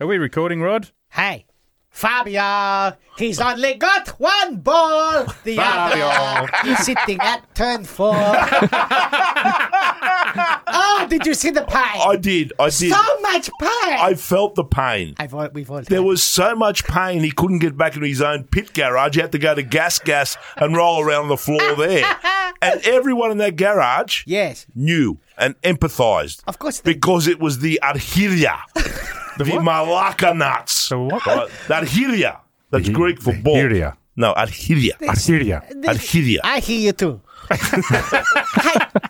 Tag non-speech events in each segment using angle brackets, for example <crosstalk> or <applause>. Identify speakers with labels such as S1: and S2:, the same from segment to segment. S1: Are we recording, <laughs> Rod?
S2: Hey, Fabio, he's only got one ball. The <laughs> other is sitting at turn
S3: <laughs>
S2: four. oh, did you see the pain?
S3: I did. I did.
S2: so much pain.
S3: I felt the pain.
S2: I've al- we've all
S3: There was so much pain he couldn't get back into his own pit garage. He had to go to Gas Gas and roll around the floor there. And everyone in that garage
S2: yes,
S3: knew and empathised
S2: of course. They,
S3: because it was the adhiria, the, Malacca nuts.
S1: The what?
S3: Right? The adhiria. That's Greek for ball.
S1: Adhiria.
S3: No, adhiria.
S1: Assyria.
S2: they-
S3: Adhiria.
S2: I hear you
S3: <laughs>
S2: too. hey,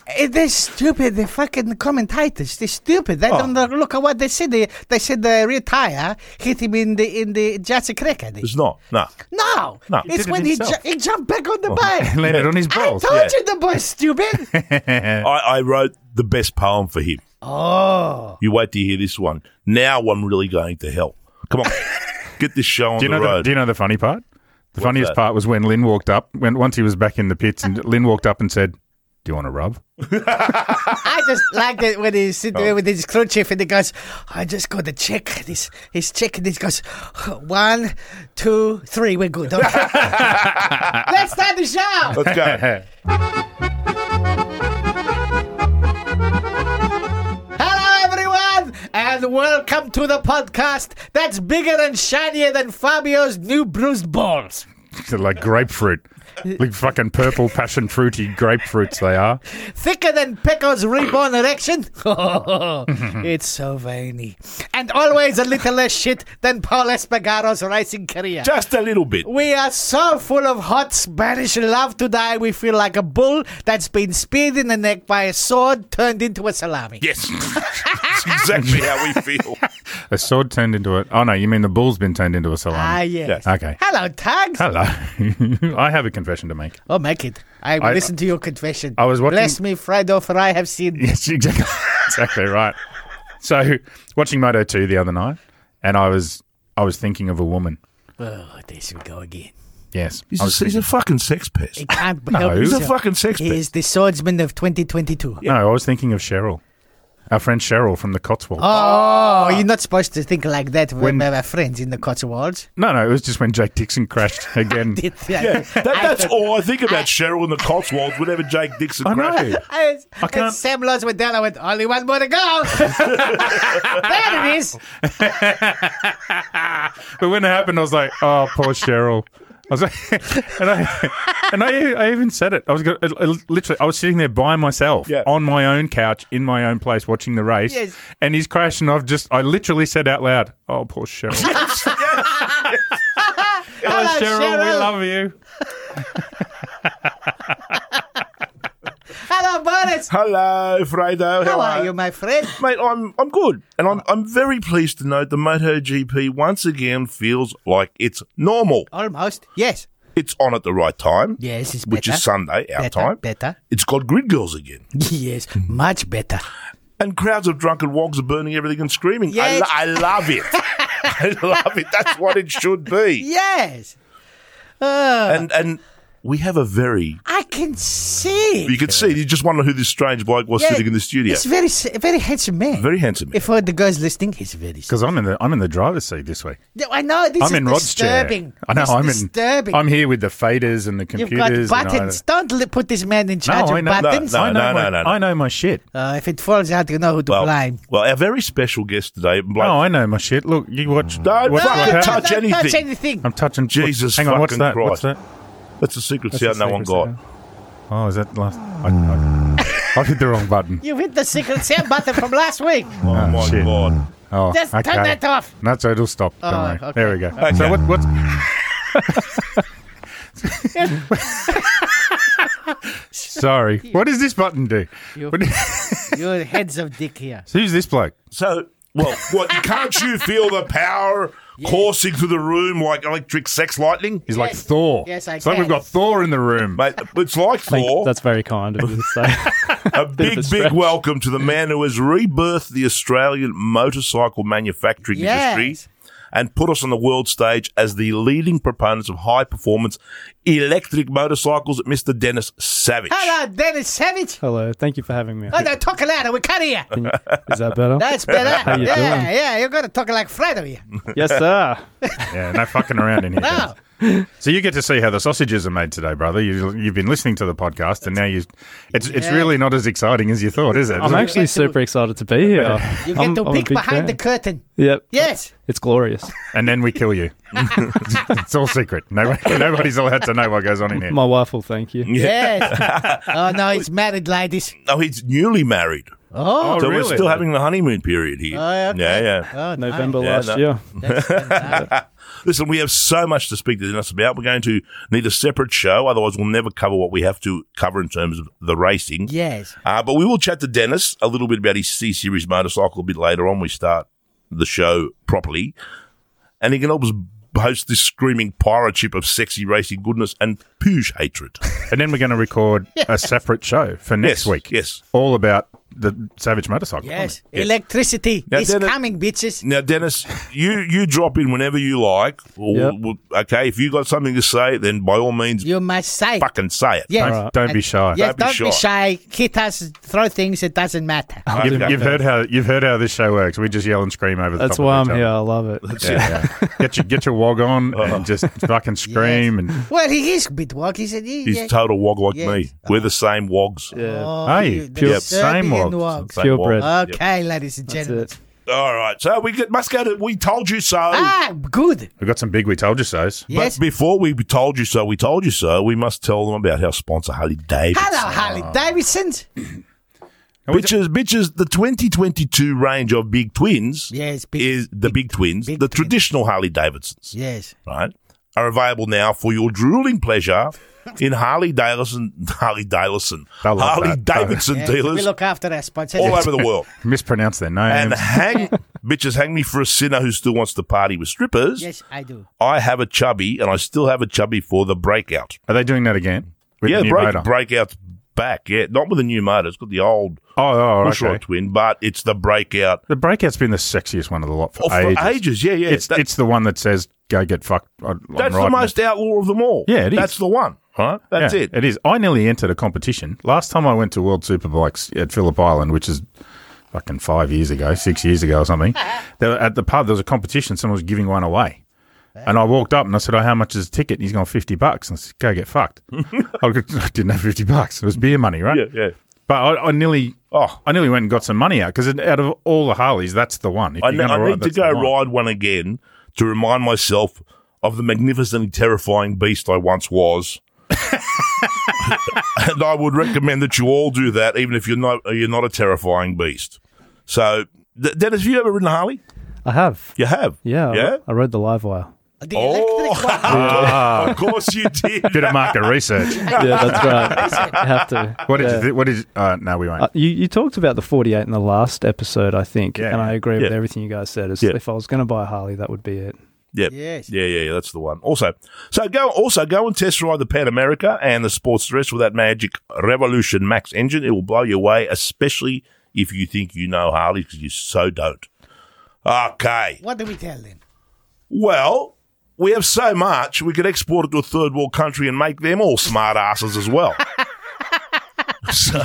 S2: eh, they're stupid. They're fucking commentators. They're stupid. They
S3: Oh.
S2: don't look at what they said. They, they said the rear tire hit him in the in the jersey cracker.
S3: It's not. No.
S2: No,
S3: No. He
S2: it's
S1: did it
S2: when he, ju-
S1: himself.
S2: he jumped back on the bike.
S1: <laughs> Landed on his
S2: I told
S1: balls.
S2: you the boy's
S1: <laughs>
S2: stupid.
S3: I, I wrote the best poem for him.
S2: oh,
S3: You wait to hear this one. Now I'm really going to hell. Come <laughs> on. Get this show on
S1: Do you
S3: the
S1: know the,
S3: road.
S1: do you know the funny part? The funniest
S3: that?
S1: part was when Lynn walked up. When once he was back in the pits, <laughs> and Lynn walked up and said, "Do you want a rub?"
S2: I just like it when he's sitting
S1: Oh.
S2: there with his kerchief and he goes, "I just got to check this. He's checking this. Goes one, two, three. We're
S1: <laughs>
S2: good. Okay. Let's start the show.
S3: Let's <laughs> go.
S2: Hello, everyone, and welcome to the podcast that's bigger and shinier than Fabio's new bruised balls.
S1: like grapefruit, like fucking purple passion fruity grapefruits. They are.
S2: thicker than Pecco's reborn erection. <laughs> it's so veiny. And always a little less shit than Paul Espargaro's racing career.
S3: Just a little bit.
S2: We are so full of hot Spanish love today, we feel like a bull that's been speared in the neck by a sword turned into a salami.
S3: Yes. That's exactly how we feel.
S1: A sword turned into a. Oh no, you mean the bull's been turned into a
S2: Ah,
S1: salami?
S2: yes.
S1: Yeah. Okay.
S2: Hello, Tags.
S1: Hello. <laughs> I have a confession to make.
S2: Oh, make it. I,
S1: I-
S2: listen to your confession.
S1: I was watching-
S2: Bless me, Fredo, for I have seen.
S1: <laughs> Yes, exactly. exactly right. So, watching Moto Two the other night, and I was I was thinking of a woman.
S2: Oh, there we go again.
S1: Yes,
S3: <laughs> He's
S1: I was
S3: a, he's a fucking sex pest.
S2: He can't
S1: No.
S2: help
S1: Who's
S3: He's a
S2: himself.
S3: fucking sex
S2: He
S3: pest.
S2: is the swordsman of 2022.
S1: No, I was thinking of Cheryl, our friend Cheryl from the Cotswolds.
S2: Oh, you're not supposed to think like that
S1: When-
S2: when we have friends in the Cotswolds. <laughs>
S1: No, no, it was just when Jake Dixon crashed again.
S2: Did that-
S3: Yeah, that, that's all I think about Cheryl in the Cotswolds whenever Jake Dixon
S1: I
S3: crashes.
S1: know.
S2: I, I
S1: can't-
S2: can't. Sam Laws went down. I went, only one more
S1: <laughs>
S2: to go. there it is.
S1: But when it happened, I was like, "Oh, poor Cheryl." I was like, <laughs> and I and I, I even said it. I was gonna, I- I literally, I was sitting there by myself
S3: Yeah.
S1: on my own couch in my own place watching the race,
S2: Yes.
S1: and he's crashed, and I've just, I literally said out loud, "Oh, poor Cheryl." Hello, Cheryl, we love you.
S2: Hello,
S1: <laughs>
S2: Boris.
S3: Hello, Fredo.
S2: How are you, my friend?
S3: Mate, I'm I'm good, and I'm I'm very pleased to note the MotoGP once again feels like it's normal.
S2: Almost. Yes.
S3: It's on at the right time,
S2: Yes, it's better.
S3: which is Sunday our
S2: better,
S3: time.
S2: Better. <laughs>
S3: It's got grid girls again,
S2: Yes, much better.
S3: and crowds of drunken wogs are burning everything and screaming.
S2: Yes.
S3: I, lo- I love
S2: <laughs>
S3: it. I love it. That's what it should be.
S2: Yes. Uh,
S3: And and we have a very
S2: I can see.
S3: you can see you just wonder who this strange bloke was
S2: Yeah,
S3: sitting in the studio.
S2: He's very, s- very handsome man.
S3: Very handsome.
S2: If all the girls listening, he's very.
S1: Because I'm in the I'm in the driver's seat this week.
S2: No, I know this
S1: I'm
S2: is
S1: in Rod's
S2: disturbing.
S1: chair. I know
S2: This is
S1: I'm
S2: disturbing.
S1: in. I'm here with the faders and the
S2: You've
S1: computers.
S2: got
S1: and I-
S2: buttons. Don't li- put this man in charge
S1: No, I
S2: of
S1: know.
S2: buttons.
S3: No,
S1: I know
S3: no,
S1: my,
S3: no, no, no.
S1: I know my shit.
S2: Uh, if it falls out, you know who to
S3: well,
S2: blame.
S3: well, our very special guest today, Blake.
S1: No, Oh, I know my shit. Look, you watch.
S3: Mm. Don't
S1: watch
S3: fucking
S1: what happened.
S3: touch
S2: don't Touch
S3: anything.
S2: anything.
S1: I'm touching. what-
S3: Jesus
S1: Hang on, what's
S3: fucking
S1: that? What's
S3: Christ.
S1: that?
S3: that's a secret
S1: That's
S3: sound
S1: the
S3: no one
S1: secret
S3: got.
S1: sound. Oh, is that last? I,
S2: <laughs>
S1: I, I hit the wrong button.
S2: you hit the secret sound button from last week.
S3: Oh, my
S1: Ah, shit.
S3: god.
S1: Oh,
S2: Just turn
S1: okay.
S2: that off.
S1: No, so it'll stop. Don't
S2: Oh,
S1: worry.
S2: okay.
S1: There we go. So what?
S2: <laughs>
S1: What's? <laughs> Sorry. What does this button do?
S2: You- <laughs>
S1: What-
S2: Your heads of dick here.
S1: Who's this bloke?
S3: So, well, what can't you feel the
S2: <laughs>
S3: power coursing through the room like electric sex lightning?
S1: He's like
S2: Yes.
S1: Thor.
S2: Yes, I
S1: It's like we've
S2: can.
S1: got Thor in the room.
S3: Mate, it's like Thor.
S4: That's very kind of you to say.
S2: <laughs>
S3: a big, big
S4: stretch.
S3: welcome to the man who has rebirthed the Australian motorcycle manufacturing
S2: Yes.
S3: industry and put us on the world stage as the leading proponents of high performance electric motorcycles, Mr. Dennis Savage.
S2: Hello, Dennis Savage.
S4: Hello, thank you for having me.
S2: Oh, no, talk louder. We can't hear.
S4: Can you- Is that better?
S2: That's better.
S4: How you
S2: yeah,
S4: doing?
S2: yeah. You're gonna talk like Fred over here. Oh,
S4: yes, sir.
S1: Yeah, no fucking around in here.
S2: No.
S1: So you get to see how the sausages are made today, brother. You, you've been listening to the podcast, and now you, it's it's
S2: Yeah.
S1: really not as exciting as you thought, is it?
S4: I'm actually
S2: get to-
S4: super excited to be here.
S2: You get
S4: I'm-
S2: to
S4: I'm a
S2: peek
S4: big
S2: behind the
S4: fan.
S2: curtain.
S4: Yep.
S2: Yes.
S4: It's glorious.
S1: and then we kill you. <laughs> it's all secret. Nobody, <laughs> nobody's allowed to know what goes on in here.
S4: My wife will thank you.
S2: Yes. oh no, he's married, ladies.
S3: No, he's newly married.
S2: Oh.
S1: Oh,
S3: so
S1: really?
S3: we're still having the honeymoon period here.
S2: Oh, yeah, okay.
S3: Yeah, yeah.
S2: Oh, no.
S4: November
S3: Yeah,
S4: last
S3: no.
S2: <laughs>
S4: year.
S3: Listen, we have so much to speak to Dennis about. We're going to need a separate show, otherwise we'll never cover what we have to cover in terms of the racing.
S2: Yes.
S3: Uh, but we will chat to Dennis a little bit about his C Series motorcycle a bit later on. We start the show properly. And he can help us host this screaming pirate ship of sexy racing goodness and poosh hatred. <laughs>
S1: And then we're going to
S2: <laughs>
S1: record a separate show for next
S3: Yes,
S1: week.
S3: yes.
S1: all about the Savage Motorcycle.
S2: Yes.
S1: aren't
S2: Electricity
S3: Now,
S2: is
S3: Dennis-
S2: coming, bitches.
S3: Now, Dennis, you, you drop in whenever you like. Or,
S4: Yep.
S3: we'll- Okay, if you got something to say, then by all means,
S2: You must say.
S3: fucking say it.
S1: we?
S2: Yes.
S1: Don't, don't be shy.
S2: Yes,
S3: Don't
S2: don't,
S3: be Ah.
S2: be shy. Hit us, throw things, it doesn't matter.
S1: You've,
S3: Okay.
S1: you've heard how you've heard how this show works. We just yell and scream over the
S4: That's
S1: top.
S4: why
S1: of
S4: I'm
S1: each
S4: here.
S1: other.
S4: I love it.
S1: Yeah, yeah. get your get your wog on
S3: Uh-huh.
S1: and just fucking scream and
S2: Well, he is a bit wog. He said,
S3: He's
S2: yeah.
S3: total wog like
S2: Yeah.
S3: me. We're the same wogs.
S4: Yeah.
S2: Oh,
S3: Ah,
S1: Hey,
S2: you- the
S1: pure- Yep.
S2: Serbian
S1: same wog.
S2: wogs.
S3: Same
S4: Purebred.
S3: wog.
S2: Okay, ladies and
S4: That's
S2: gentlemen.
S4: it.
S3: All right. So we get, must go to We Told You So.
S2: Ah, good.
S1: we've got some big we told you so's.
S2: Yes.
S3: But before we told you so, we told you so, we must tell them about our sponsor, Harley Davidson.
S2: Hello, Harley Davidson.
S3: Bitches, bitches, the 2022 range of big twins
S2: Yes, big-
S3: is the big, twins,
S2: big
S3: the
S2: twins.
S3: traditional Harley Davidsons,
S2: Yes.
S3: right, are available now for your drooling pleasure in Harley Davidson, <laughs> Harley Davidson,
S1: I love
S3: Harley
S1: that.
S3: Davidson
S2: Yes, We
S3: dealers
S2: look after our sponsors.
S3: all over the
S1: <laughs>
S3: world.
S1: Mispronounce their
S3: And
S1: names.
S3: hang, bitches, hang me for a sinner who still wants to party with strippers.
S2: Yes, I do.
S3: I have a chubby, and I still have a chubby for the breakout.
S1: Are they doing that again? With
S3: yeah,
S1: the new
S3: break,
S1: motor?
S3: breakout's back. Yeah, not with the new motor. It's got the old
S1: oh, oh, okay.
S3: Bushrod twin, but it's the breakout
S1: The breakout's been the sexiest one of the lot for
S3: oh, for
S1: ages.
S3: ages. Yeah, yeah.
S1: It's
S3: that-
S1: it's the one that says go get fucked. I- I'm
S3: that's the
S1: riding it."
S3: most outlaw of them all.
S1: Yeah, it is.
S3: That's the one. Right? That's
S1: Yeah,
S3: it.
S1: It is. I nearly entered a competition last time I went to World Superbikes at Phillip Island, which is fucking five years ago, six years ago or
S3: <laughs>
S1: something. There, at the pub, there was a competition. Someone was giving one away, and I walked up and I said, "Oh, how much is a ticket?" And he's gone fifty bucks. And I said, "Go get
S3: <laughs>
S1: fucked." I didn't have fifty bucks. It was beer money, right?
S3: Yeah, yeah.
S1: But I, I nearly, oh, I nearly went and got some money out because out of all the Harleys, that's the one. If
S3: I,
S1: you're
S3: ne-
S1: gonna
S3: I
S1: ride,
S3: need to
S1: that's the
S3: go
S1: one.
S3: ride one again to remind myself of the magnificently terrifying beast I once was. <laughs> and I would recommend that you all do that, even if you're not you're not a terrifying beast. So, D- Dennis, have you ever ridden a Harley?
S4: I have.
S3: You have,
S4: Yeah. I-
S3: yeah.
S4: I rode the
S2: <laughs>
S4: live wire.
S2: The
S3: Oh,
S2: electric one.
S3: Ah, of course you did.
S1: Ah. Bit of market
S3: <laughs>
S1: research.
S4: Yeah,
S2: <laughs>
S4: that's right. I have to.
S1: What did
S4: yeah.
S1: you? Th- what did? You, uh, no, we won't.
S4: Uh, you, you talked about the 48 in the last episode, I think,
S1: Yeah.
S4: and I agree with
S3: Yeah.
S4: everything you guys said. Is
S3: Yeah.
S4: If I was going to buy a Harley, that would be it.
S3: <laughs> Yep.
S2: Yes.
S3: Yeah, yeah, yeah. That's the one. Also, so go also go and test ride the Pan America and the Sports Dress with that magic Revolution Max engine. It will blow you away, especially if you think you know Harley because you so don't. Okay.
S2: What do we tell them?
S3: Well, we have so much we could export it to a third world country and make them all smart asses as well. <laughs> so,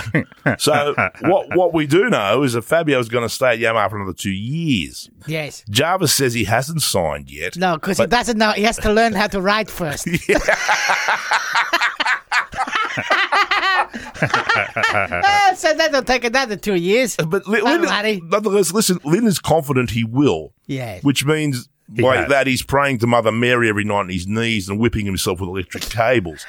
S3: so what what we do know is that Fabio's going to stay at Yamaha for another two years.
S2: Yes.
S3: Jarvis says he hasn't signed yet.
S2: No, because he doesn't know. He has to learn how to ride
S3: <laughs>
S2: first. Ah, so that'll take another two years.
S3: But Lin,
S2: Don't
S3: Lin-
S2: worry.
S3: nonetheless, listen, Lynn is confident he will,
S2: Yes.
S3: which means by
S1: has.
S3: that he's praying to Mother Mary every night on his knees and whipping himself with electric cables.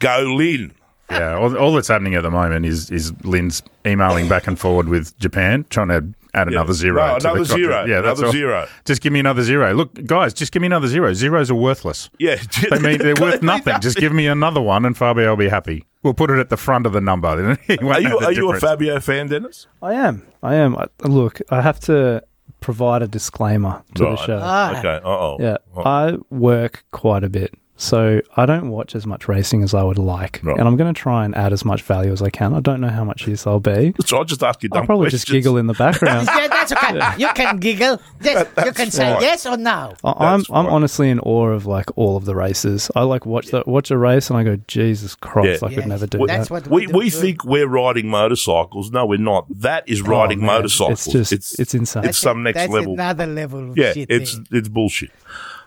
S3: Go, Lynn.
S1: Yeah, all, all that's happening at the moment is is Lynn's emailing back and forward with Japan, trying to add another zero.
S3: No,
S1: to the
S3: another
S1: contract.
S3: zero,
S1: Yeah, that's
S3: another
S1: all.
S3: zero.
S1: Just give me another zero. Look, guys, just give me another zero. Zeros are worthless.
S3: Yeah,
S1: They mean
S3: <laughs>
S1: they're worth nothing. Just give me another one, and Fabio will be happy. We'll put it at the front of the number. <laughs> Then he won't
S3: Are
S1: know
S3: you
S1: the
S3: are you a
S1: difference.
S3: Fabio fan, Dennis?
S4: I am. I am. I, look, I have to provide a disclaimer to
S3: Right.
S4: the show.
S2: Ah,
S3: Okay. Uh oh.
S4: yeah. I work quite a bit. So I don't watch as much racing as I would like,
S3: Right.
S4: and I'm going to try and add as much value as I can. I don't know how much use I'll be.
S3: So I'll just ask you dumb
S4: I'll probably just
S3: questions.
S4: giggle in
S3: <laughs>
S4: the background.
S2: Yeah, that's okay. You can giggle. Yes, you can say
S3: fine.
S2: yes or no.
S4: I- I'm
S3: That's
S4: I'm
S3: right.
S4: honestly in awe of like all of the races. I like watch that watch a race and I go Jesus Christ,
S3: Yeah.
S4: I could never do
S3: We-
S2: That's what
S4: that.
S2: we,
S3: We,
S2: do.
S3: we think we're riding motorcycles. No, we're not. That is riding
S4: Oh, man.
S3: motorcycles.
S4: It's just- it's insane.
S3: It's some next
S2: that's
S3: level.
S2: another level of
S3: yeah,
S2: shit.
S3: it's
S2: there.
S3: it's bullshit.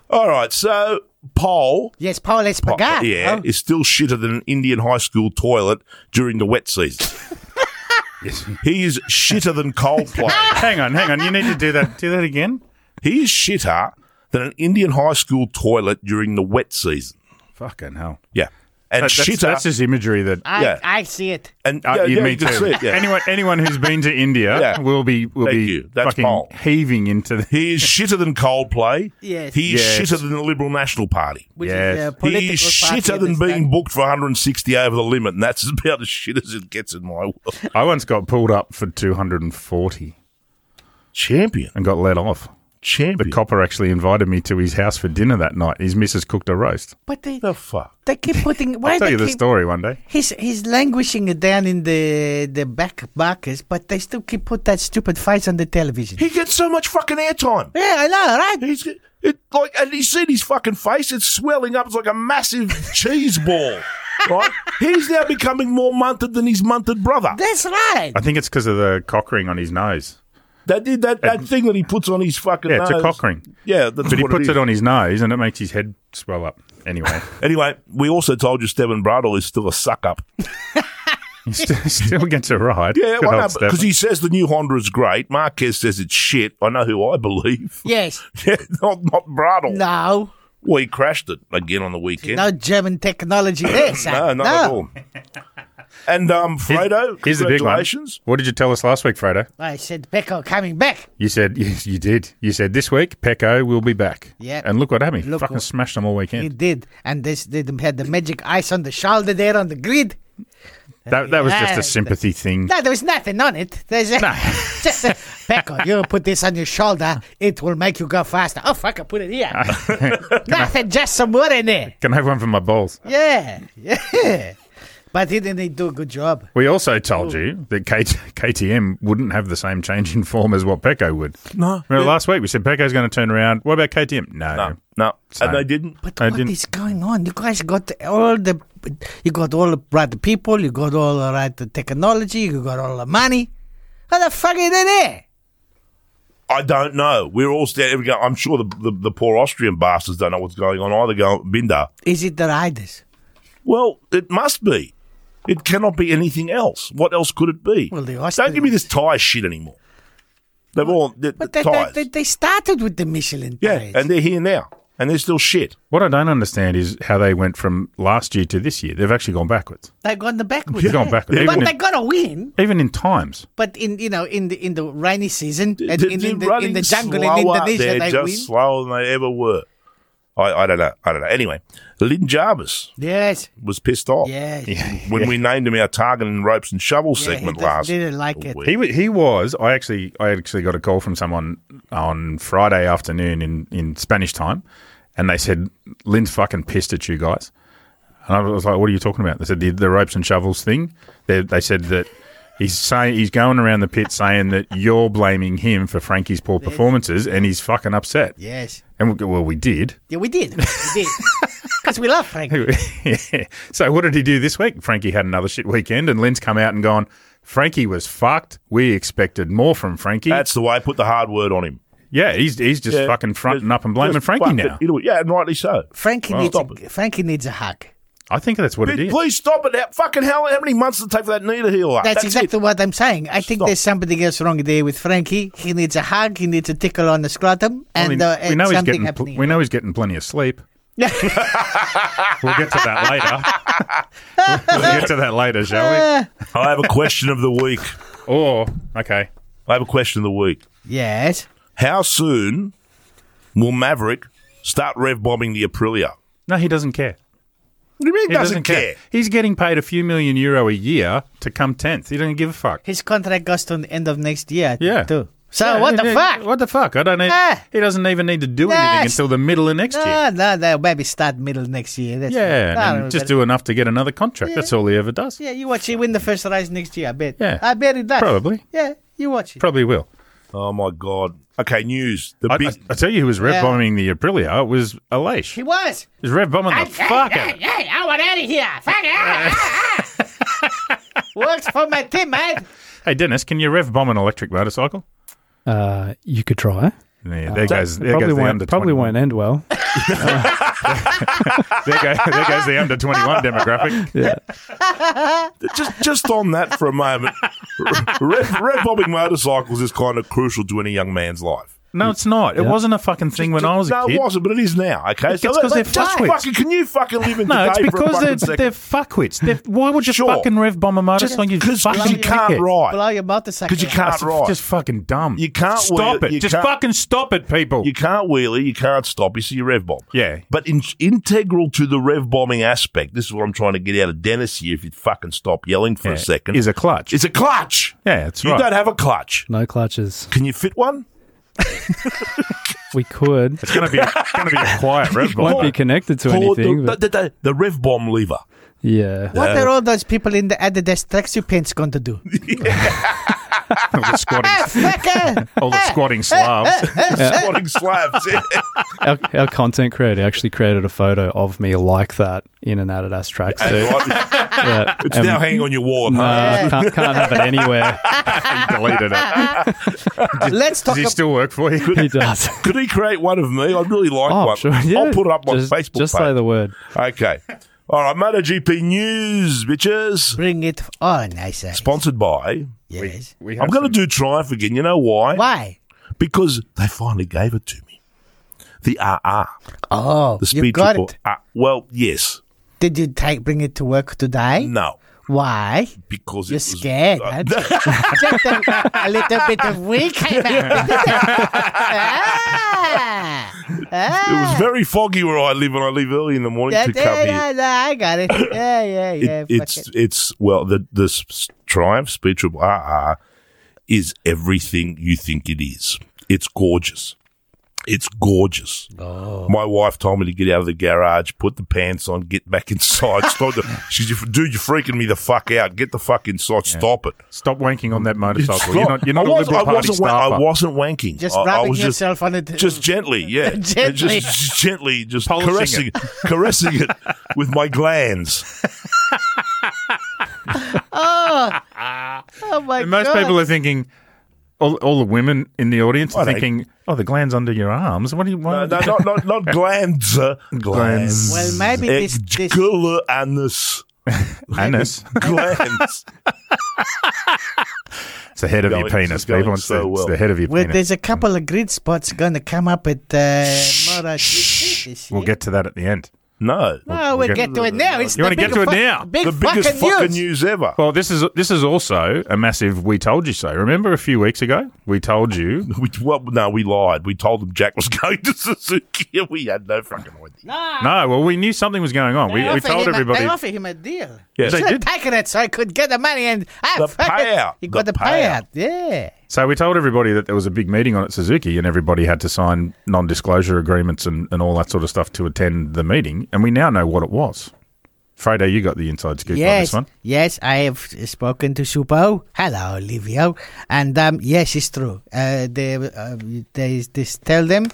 S3: All right, so Paul,
S2: yes, Paul Espargar.
S3: yeah,
S2: oh.
S3: is still shitter than an Indian high school toilet during the wet season.
S2: <laughs>
S3: He is shitter than Coldplay.
S2: <laughs>
S1: Hang on, hang on. You need to do that. Do that again.
S3: he is shitter than an Indian high school toilet during the wet season.
S1: Fucking hell.
S3: Yeah, and
S1: That-
S3: shitter.
S1: that's, that's just imagery that.
S2: I,
S3: yeah.
S2: I see it.
S3: and
S1: Uh,
S3: yeah,
S1: you,
S3: yeah,
S1: me
S3: you can
S1: too.
S3: see it, yeah.
S1: Anyone, anyone who's been to India
S3: <laughs> Yeah.
S1: will be will
S3: Thank
S1: be
S3: you. That's
S1: fucking
S3: Paul.
S1: heaving into the.
S3: He is shitter than Coldplay.
S2: Yes.
S3: He is
S1: Yes.
S3: shitter than the Liberal National Party.
S2: Which
S1: Yes.
S2: is
S1: He
S2: a
S1: is
S2: political
S3: he is
S2: party
S3: shitter
S2: of
S3: than
S2: the
S3: being
S2: state.
S3: booked for 160 over the limit, and that's <laughs> about as shit as it gets in my world.
S1: I once got pulled up for two hundred and forty
S3: Champion.
S1: and got let off.
S3: Champion.
S1: The copper actually invited me to his house for dinner that night. His missus cooked a roast.
S2: But they,
S3: the fuck?
S2: they keep putting. Why
S1: I'll tell
S2: they
S1: you the
S2: keep-
S1: story one day.
S2: He's he's languishing down in the the back markers, but they still keep put that stupid fight on the television.
S3: He gets so much fucking airtime.
S2: yeah, I know, right?
S3: He's it, like, and you see his fucking face, it's swelling up. It's like
S1: <laughs>
S3: a massive cheese ball. Right? He's now becoming more munted than his munted brother.
S1: <laughs>
S2: That's right.
S1: I think it's because of the cock ring on his nose.
S3: That did that, that thing that he puts on his fucking
S1: Yeah, it's a
S3: nose.
S1: cock ring.
S3: Yeah, that's
S1: But he
S3: what
S1: puts
S3: is.
S1: it, on his nose and it makes his head swell up. Anyway,
S3: Anyway, we also told you Stephen Bradle is still a
S1: <laughs>
S3: suck up.
S1: he still, still gets a ride.
S3: Yeah,
S1: Good old Stefan.
S3: because he says the new Honda is great. Marquez says it's shit. I know who I believe. <laughs>
S2: Yes.
S3: Yeah, not, not Bradle.
S2: No.
S3: Well, he crashed it again on the weekend.
S2: No German technology
S1: <coughs>
S2: there, son.
S3: no, not at all. <laughs> And um, Fredo,
S1: Here's the big one.
S3: congratulations.
S1: What did you tell us last week, Fredo?
S2: I said Pecco coming back.
S1: You said <laughs> yes, you did. You said this week Pecco will be back.
S2: Yeah.
S1: And look what happened. He
S2: Look
S1: Fucking
S2: what-
S1: smashed them all
S2: He
S1: weekend.
S2: did, and this they had the magic ice on the shoulder there on the grid.
S1: That, that was just
S2: Yeah.
S1: a sympathy thing.
S2: No, there was nothing on it. There's a, <laughs> just a Pecco. You put this on your shoulder, it will make you go faster. Oh fuck! I put
S1: <laughs>
S2: it here. nothing, just some wood in there.
S1: Can I have one for my balls?
S2: Yeah, yeah. But he didn't do a good job.
S1: We also told you that <laughs> KT, KTM wouldn't have the same change in form as what Pecco would.
S3: No.
S1: Remember last week we said Pecco's going to turn around. What about KTM? No.
S3: No, no.
S1: Same.
S3: And they didn't.
S2: But
S1: I
S2: what is
S1: didn't-
S2: going on? You guys got all the, you got all the right people, you got all the right technology, you got all the money. How the fuck is it there?
S3: I don't know. We're all standing. Go, I'm sure the, the, the poor Austrian bastards don't know what's going on either. Go, Binder.
S2: Is it the riders?
S3: Well, it must be. It cannot be anything else. What else could it be?
S2: Well, the
S3: don't
S2: Austrians-
S3: give me this tire shit anymore. They've all the,
S2: But
S3: the
S2: they,
S3: tires.
S2: they, they, they started with the Michelin
S3: yeah,
S2: tires.
S3: and they're here now, and they're still shit.
S1: What I don't understand is how they went from last year to this year. They've actually gone backwards.
S2: they gone the backwards.
S1: They've gone backwards.
S2: But
S1: Even,
S2: they
S1: in,
S2: got to win.
S1: even in times.
S2: But in you know in the in the rainy season and
S3: They're
S2: in, in, the, in
S3: running
S2: the jungle in
S3: slower.
S2: Indonesia
S3: They're
S2: they
S3: just
S2: win.
S3: slower than they ever were. I, I don't know. I don't know. Anyway, Lynn Jarvis
S2: Yes,
S3: was pissed off
S2: yes. <laughs>
S3: when we named him our target and ropes and shovel
S2: Yeah, he
S3: segment
S2: doesn't-
S3: last.
S2: didn't like it.
S3: week.
S1: He wa- he was. I actually I actually got a call from someone on Friday afternoon in, in Spanish time, and they said Lynn's fucking pissed at you guys. And I was like, "What are you talking about?" They said the, the ropes and shovels thing. They, they said that he's saying he's going around the pit saying that you're blaming him for Frankie's poor performances, and he's fucking upset.
S2: Yes.
S1: And we, go, well, we did. <laughs>
S2: Yeah, we did. We did. Because we love Frank.
S1: yeah. So what did he do this week? Frankie had another shit weekend, and Lynn's come out and gone. Frankie was fucked. We expected more from Frankie.
S3: That's the way. Put the hard word on him.
S1: Yeah, he's he's just
S3: Yeah,
S1: fucking fronting
S3: just-
S1: up and blaming
S3: just
S1: Frankie
S3: fuck
S1: now.
S3: it. You know, yeah, and rightly so.
S2: Frankie needs
S3: stop
S2: a, Frankie needs a hug.
S1: I think that's what it is.
S3: Please stop it. How, fucking hell, how many months did it take for that knee to heal up?
S2: That's, exactly what I'm saying. I think
S3: Stop.
S2: there's something else wrong there with Frankie. He needs a hug. He needs a tickle on the scrotum,
S1: I
S2: and,
S1: mean,
S2: uh, and
S1: we know he's
S2: something
S1: getting pl-
S2: happening.
S1: we know he's getting plenty of
S2: <laughs>
S1: sleep. We'll get to that later.
S2: <laughs>
S1: we'll get to that later, shall
S2: Uh,
S3: it. I have a question of the week.
S1: we? Or okay,
S3: I have a question of the week.
S2: yes.
S3: How soon will Maverick start rev bombing the Aprilia?
S1: no, he doesn't care.
S3: What do you mean
S1: He doesn't, care. He's getting paid a few million euro a year to come tenth. He doesn't give a fuck.
S2: His contract goes to the end of next year. I think,
S1: Yeah.
S2: Too. So Oh, what the
S1: Yeah,
S2: fuck?
S1: What the fuck? I don't need.
S2: Ah.
S1: He doesn't even need to do
S2: Yes.
S1: anything until the middle of next year.
S2: Ah, No, no, no. Maybe start middle next year. That's
S1: Yeah,
S2: no,
S1: and
S2: no,
S1: just
S2: but-
S1: do enough to get another contract. That's all he ever does.
S2: Yeah, you watch it win the first race next year. I bet.
S1: Yeah.
S2: I bet it does.
S1: Probably.
S2: Yeah, you watch it.
S1: Probably will.
S3: Oh my god. Okay, news. The
S1: I,
S3: big.
S1: I- I tell you, who was rev
S2: Yeah.
S1: bombing the Aprilia? It was Alash.
S2: he
S1: He
S2: was.
S1: was rev bombing the fuck out. of it.
S2: Hey, I want out of here. Fuck it. ah. Works for my team, mate.
S1: Hey, Dennis, can you rev bomb an electric motorcycle?
S4: Uh, you could try.
S1: Yeah, there goes.
S4: It
S1: There
S4: probably
S1: goes the
S4: won't,
S1: under
S4: probably
S1: 21.
S4: won't end well.
S1: There, go, there goes the under twenty-one demographic.
S4: Yeah.
S3: just just on that for a moment. red, red bobbing motorcycles is kind of crucial to any young man's life.
S1: <laughs> No, it's not. It wasn't a fucking thing when I was a
S3: no,
S1: kid.
S3: it wasn't, but it is now. Okay,
S1: It's 'cause they're
S3: just
S1: fuckwits.
S3: fucking. Can you fucking live in
S1: No,
S3: today
S1: it's
S3: for a
S1: because
S3: fucking
S1: they're,
S3: second?
S1: they're fuckwits. They're, why would you
S3: Sure.
S1: fucking rev bomb a
S3: just
S1: motorcycle? you
S3: because
S1: fucking
S3: you can't
S1: dickhead?
S2: Blow
S3: ride.
S2: your motorcycle.
S3: Because you can't
S1: That's
S3: ride.
S1: just fucking dumb.
S3: You can't
S1: stop
S3: wheel-
S1: it.
S3: you
S1: Just
S3: can't-
S1: fucking stop it, people.
S3: You can't wheelie, you can't stop, you see your rev bomb.
S1: Yeah.
S3: But in, integral to the rev bombing aspect, this is what I'm trying to get out of Dennis here if you fucking stop yelling for
S1: Yeah,
S3: a second,
S1: is a clutch.
S3: It's a clutch.
S1: yeah, that's
S3: you
S1: right.
S3: don't have a clutch.
S4: No clutches.
S3: Can you fit one?
S4: We could.
S1: it's gonna be it's gonna be a quiet <laughs> rev
S4: Won't
S1: bomb.
S4: be connected to
S3: Or
S4: anything.
S3: the,
S4: But
S3: the, the, the rev bomb lever.
S4: yeah.
S2: What are all those people in the Adidas tracksuit pants going to
S3: <laughs>
S2: do? Ah,
S1: all the squatting,
S3: <laughs>
S2: Fucker!
S1: all the <laughs> squatting slabs.
S3: Squatting slabs.
S4: Our, our content creator actually created a photo of me like that in an Adidas tracksuit. <laughs> Yeah.
S3: it's
S4: And-
S3: now hanging on your wall.
S4: No,
S3: huh?
S4: I can't, can't have it
S3: <laughs>
S4: anywhere.
S1: he deleted <laughs> it.
S2: Let's
S1: Does
S2: talk
S1: he
S2: about
S1: still work for you?
S3: <laughs>
S4: He does.
S3: Could he create one of me? I'd really like one.
S4: Oh, sure. Yeah.
S3: I'll put it up on
S4: just,
S3: Facebook
S4: Just
S3: page.
S4: say the word.
S3: Okay. All right, MotoGP news, bitches.
S2: Bring it on, I say.
S3: Sponsored by.
S2: Yes.
S3: I'm going to do Triumph again. You know why?
S2: Why?
S3: Because they finally gave it to me. The RR,
S2: Oh,
S3: the speed
S2: you got
S3: triple
S2: it.
S3: R. well, yes.
S2: Did you take bring it to work today?
S3: No.
S2: Why?
S3: Because
S2: You're
S3: it was,
S2: scared,
S3: uh,
S2: man.
S3: <laughs>
S2: Just a, a little bit of weak. <laughs>
S3: <laughs>
S2: ah,
S3: it was very foggy where I live, and I leave early in the morning
S2: yeah,
S3: to
S2: yeah,
S3: come here.
S2: yeah, no, I got it. Yeah, yeah,
S3: It-
S2: yeah. fuck
S3: it's
S2: it.
S3: it's well the the s- s- Triumph Speed Triple RR is everything you think it is. It's gorgeous. It's gorgeous.
S1: Oh.
S3: My wife told me to get out of the garage, put the pants on, get back <laughs> inside. Stop the, she's dude, you're freaking me the fuck out. Get the fuck inside. Stop it.
S1: Stop wanking on that motorcycle.
S3: Stop.
S1: You're not, you're not
S3: I
S1: a
S3: was-
S1: Liberal
S3: I
S1: Party
S3: wasn't, wa- I
S1: staffer.
S3: wasn't wanking.
S2: just
S3: I, I
S2: rubbing
S3: was just-
S2: yourself on it.
S3: just gently, yeah,
S2: Gently.
S3: just, just gently, just
S1: Polishing
S3: caressing, caressing it with my glands.
S2: <laughs> oh my
S1: And most
S2: god!
S1: people are thinking. All, all the women in the audience are
S3: Well, they-
S1: thinking, "Oh, the glands under your arms. What do you?
S3: No,
S1: Why
S3: no, not not not glands. uh,
S1: Glands.
S2: well, maybe this, this
S3: Gula anus.
S1: <laughs> anus?
S2: <laughs>
S3: Glands.
S1: <laughs> It's the head of your
S3: Going-
S1: penis,
S3: it's going
S1: people. It's,
S3: so
S1: the, it's
S3: well.
S1: the head of your
S2: well,
S1: penis.
S2: there's a couple of grid spots going to come up at uh, Mora this
S1: We'll
S2: year.
S1: get to that at the end.
S3: No.
S2: Oh, we'll,
S1: we'll
S2: get,
S1: get-
S2: to it now. It's
S1: You
S2: the
S1: wanna get to
S2: big
S1: it
S2: fuck-
S1: now?
S2: Big
S3: the biggest
S2: fucking, news.
S3: ever.
S1: Well, this is this is also a massive. We told you so. Remember a few weeks ago, we told <laughs> you.
S3: We, well, no, we lied. We told them Jack was <laughs> going to Suzuki, and we had no fucking idea.
S1: No, well, we knew something was going on. We,
S2: They
S1: we
S2: offer
S1: told
S2: him a-
S1: everybody.
S2: they offered him a deal.
S1: Yes, they
S2: Should have
S1: did.
S2: taken it so I could get the money and ah,
S3: The
S2: fuck it.
S3: payout.
S2: You got the,
S3: The
S2: payout. Yeah.
S1: So we told everybody that there was a big meeting on at Suzuki, and everybody had to sign non-disclosure agreements and, and all that sort of stuff to attend the meeting. And we now know what it was. Fredo, you got the inside scoop on this
S2: Yes.
S1: one.
S2: Yes, I have spoken to Supo. Hello, Olivio. And um, yes, it's true. Uh, they uh, they just tell them,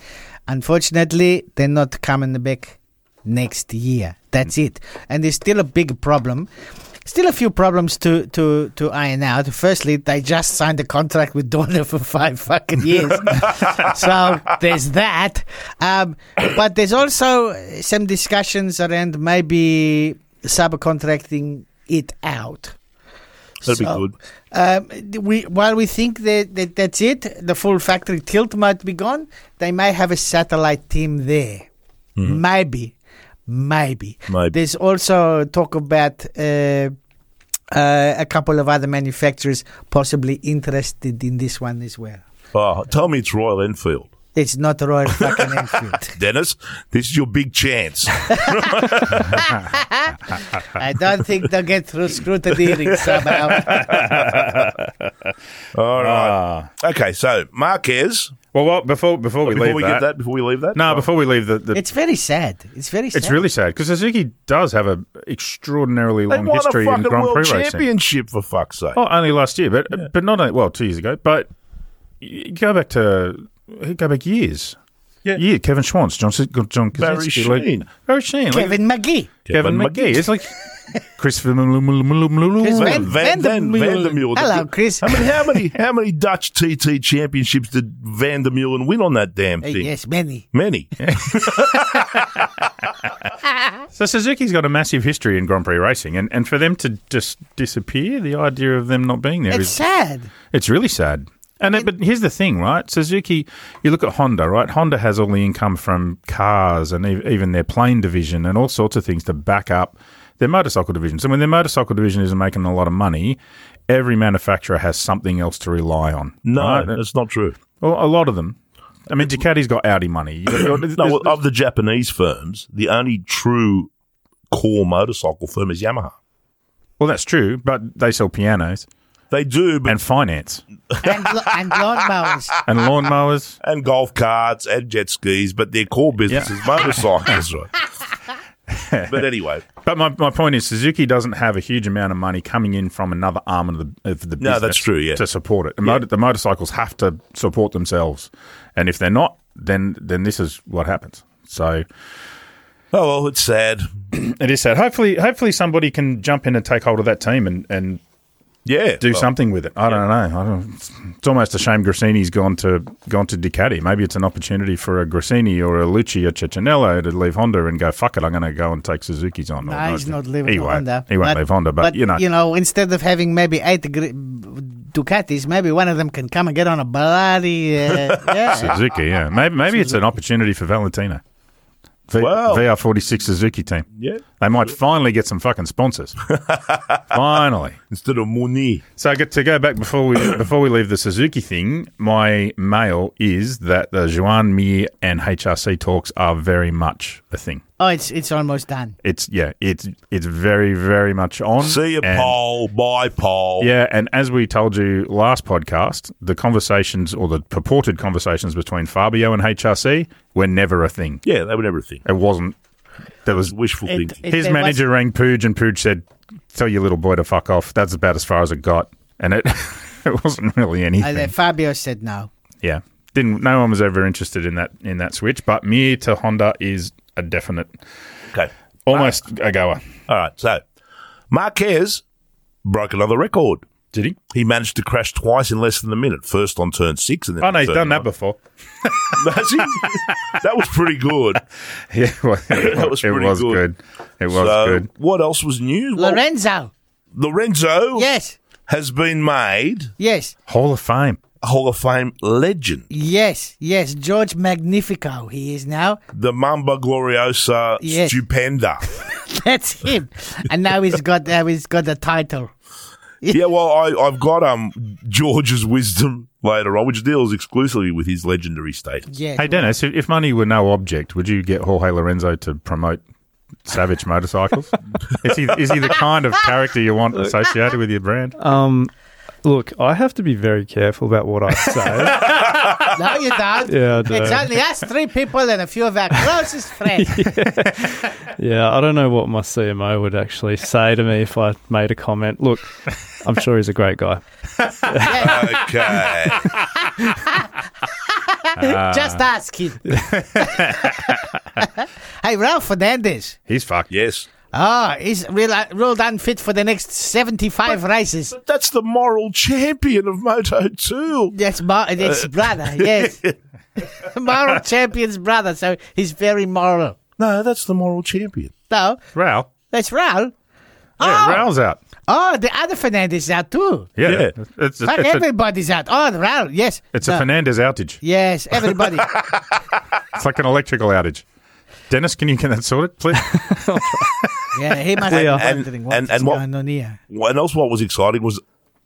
S2: unfortunately, they're not coming back next year. That's it. And there's still a big problem. Still a few problems to, to, to iron out. Firstly, they just signed a contract with Dorna for five fucking
S1: <laughs>
S2: years. so there's that. Um, but there's also some discussions around maybe subcontracting it out.
S3: That'd be
S2: So-
S3: good.
S2: Um, we while we think that, that that's it, the full factory tilt might be gone. They may have a satellite team there,
S1: Mm-hmm.
S2: maybe, maybe.
S3: Maybe.
S2: There's also talk about uh, uh, a couple of other manufacturers possibly interested in this one as well.
S3: Oh, tell me it's Royal Enfield.
S2: It's not Royal
S1: <laughs>
S2: fucking Enfield.
S3: Dennis, this is your big
S2: <laughs>
S3: chance.
S2: I don't think they'll get through
S1: <laughs>
S2: scrutineering somehow.
S3: All right. okay, so Marquez.
S1: Well, well before before we
S3: Before
S1: Ah. leave
S3: we
S1: that,
S3: get that, before we leave that,
S1: no, before we leave the, the
S2: It's very sad. It's very sad.
S1: It's really sad because Suzuki does have an extraordinarily
S3: they
S1: long
S3: won a
S1: history in
S3: fucking
S1: Grand
S3: world
S1: Prix racing.
S3: championship for fuck's sake.
S1: Oh, only last year, but but not only, well two years ago. But you go back to you go back years.
S3: Yeah.
S1: yeah. Kevin Schwantz, John, Si- John
S3: Barry
S1: Kaczynski, like-
S3: Sheen.
S1: Barry Sheen, like, Kevin,
S2: Kevin McGee.
S1: McGee. It's like Christopher Mulu-
S2: Chris Van-
S3: Van, Van, Van,
S2: Vandermeulen.
S3: Vandermeulen.
S2: Hello, Chris.
S3: I mean, how <laughs> many how many Dutch TT championships did Vandermeulen win on that damn
S2: Uh,
S3: thing?
S2: yes, many.
S3: <laughs> Many.
S1: So Suzuki's got a massive history in Grand Prix racing, and, and for them to just disappear, the idea of them not being there is
S2: It's sad.
S1: It's really sad. And it, but here's the thing, right? Suzuki, you look at Honda, right? Honda has all the income from cars and ev- even their plane division and all sorts of things to back up their motorcycle division. So when their motorcycle division isn't making a lot of money, every manufacturer has something else to rely on.
S3: No,
S1: right?
S3: that's not true.
S1: Well, a lot of them. I mean, Ducati's got Audi money. You got- you got- there's-
S3: No, well, of the Japanese firms, the only true core motorcycle firm is Yamaha.
S1: well, that's true, but they sell pianos
S3: They do, but
S1: and finance
S2: And, lo-
S1: <laughs>
S2: and lawnmowers.
S1: and lawnmowers.
S3: and golf carts and jet skis, but their core business is motorcycles, right? <laughs> but anyway,
S1: But my, my point is, Suzuki doesn't have a huge amount of money coming in from another arm of the, of the
S3: No,
S1: business.
S3: that's true, yeah.
S1: To support it. The, motor, the motorcycles have to support themselves. And if they're not, then, then this is what happens. So
S3: oh well, it's sad.
S1: it is sad. Hopefully, hopefully somebody can jump in and take hold of that team and, and
S3: Yeah,
S1: do
S3: well,
S1: something with it. I don't know. I don't, it's almost a shame Grassini's gone to gone to Ducati. Maybe it's an opportunity for a Grassini or a Lucci or Cecinello to leave Honda and go fuck it. I'm going to go and take Suzuki's on.
S2: No,
S1: Or-
S2: he's not leaving
S1: he won't.
S2: Honda.
S1: He won't leave Honda, but, you know.
S2: you know, instead of having maybe eight gr- Ducatis, maybe one of them can come and get on
S1: <laughs>
S2: a bloody. Uh, yeah.
S1: Suzuki, yeah. Maybe maybe it's an opportunity for Valentino. V-
S3: Well-
S1: VR46 Suzuki team.
S3: Yeah.
S1: They might finally get some fucking
S3: <laughs>
S1: sponsors. finally.
S3: instead of money.
S1: So I get to go back before we before we leave the Suzuki thing, my mail is that the Juan Mir and HRC talks are very much a thing.
S2: Oh, it's it's almost done.
S1: It's yeah, it's it's very very much on.
S3: See a
S1: and-
S3: poll, buy poll.
S1: Yeah, and as we told you last podcast, the conversations or the purported conversations between Fabio and HRC were never a thing.
S3: yeah, they would everything.
S1: It wasn't. There was
S3: Wishful
S2: It-
S3: thinking.
S2: it-
S1: his
S2: there was-
S1: manager rang Pooge, and Pooge said, "Tell your little boy to fuck off." That's about as far as it got, and it <laughs> it wasn't really
S2: Uh,
S1: anything.
S2: then Fabio said no.
S1: yeah, didn't. No one was ever interested in that in that switch. But Mir to Honda is a definite,
S3: okay,
S1: almost a goer.
S3: all right. So Marquez broke another record.
S1: Did he?
S3: He managed to crash twice in less than a minute. First on turn six, and then
S1: Oh no, he's
S3: turn
S1: done
S3: nine.
S1: that before.
S3: Has he? <laughs> that was pretty good.
S1: <laughs> Yeah, <laughs> well,
S3: That was
S1: it
S3: pretty
S1: was
S3: good.
S1: good. It was
S3: so,
S1: good.
S3: what else was
S1: Oh.
S3: news? Well,
S2: Lorenzo.
S3: Lorenzo
S2: Yes.
S3: has been made
S2: Yes.
S1: Hall of Fame.
S3: a Hall of Fame legend,
S2: Yes. Yes. George Magnifico. He is now. <laughs>
S3: the Mamba Gloriosa
S2: Yes.
S3: Stupenda.
S2: That's him. and now he's got now he's got the title.
S3: yeah, well, I, I've got um George's wisdom later on, which deals exclusively with his
S2: <laughs>
S3: legendary status.
S2: Yes.
S1: Hey Dennis, if, if money were no object, would you get Jorge Lorenzo to promote Savage <laughs> Motorcycles? is he is he the kind of character you want associated with your brand?
S4: Um, look, I have to be very careful about what
S3: <laughs>
S4: I say.
S2: no,
S1: <laughs>
S2: you don't.
S4: yeah, I do.
S2: It's only us three people and a few of our closest friends.
S1: <laughs>
S4: yeah. I don't know what my CMO would actually say to me if I made a comment. Look, I'm sure he's a great guy.
S3: Okay.
S2: Just ask him. <laughs> hey, Ralph Fernandez.
S1: He's fucked.
S3: yes.
S2: Oh, he's real- ruled unfit for the next 75 races.
S3: That's the moral champion of Moto 2.
S2: That's Mar- that's brother, <laughs> yes. moral champion's brother, so he's very moral.
S3: No, that's the moral champion.
S2: No,
S1: Ral.
S2: that's Raul.
S1: Yeah,
S2: Oh.
S1: Ral's out.
S2: Oh, the other Fernandez is out too.
S1: Yeah.
S3: Yeah.
S1: It's, it's,
S2: Fuck,
S1: it's a,
S2: everybody's out. Oh, Raul, yes.
S1: it's
S2: No,
S1: a Fernandez outage.
S2: Yes, everybody.
S1: It's like an electrical outage. Dennis, can you get that sorted, please?
S2: yeah, he must be
S4: Clear.
S2: wondering
S3: And-
S2: what's
S3: and- and what-
S2: going on here.
S3: And else, what was exciting was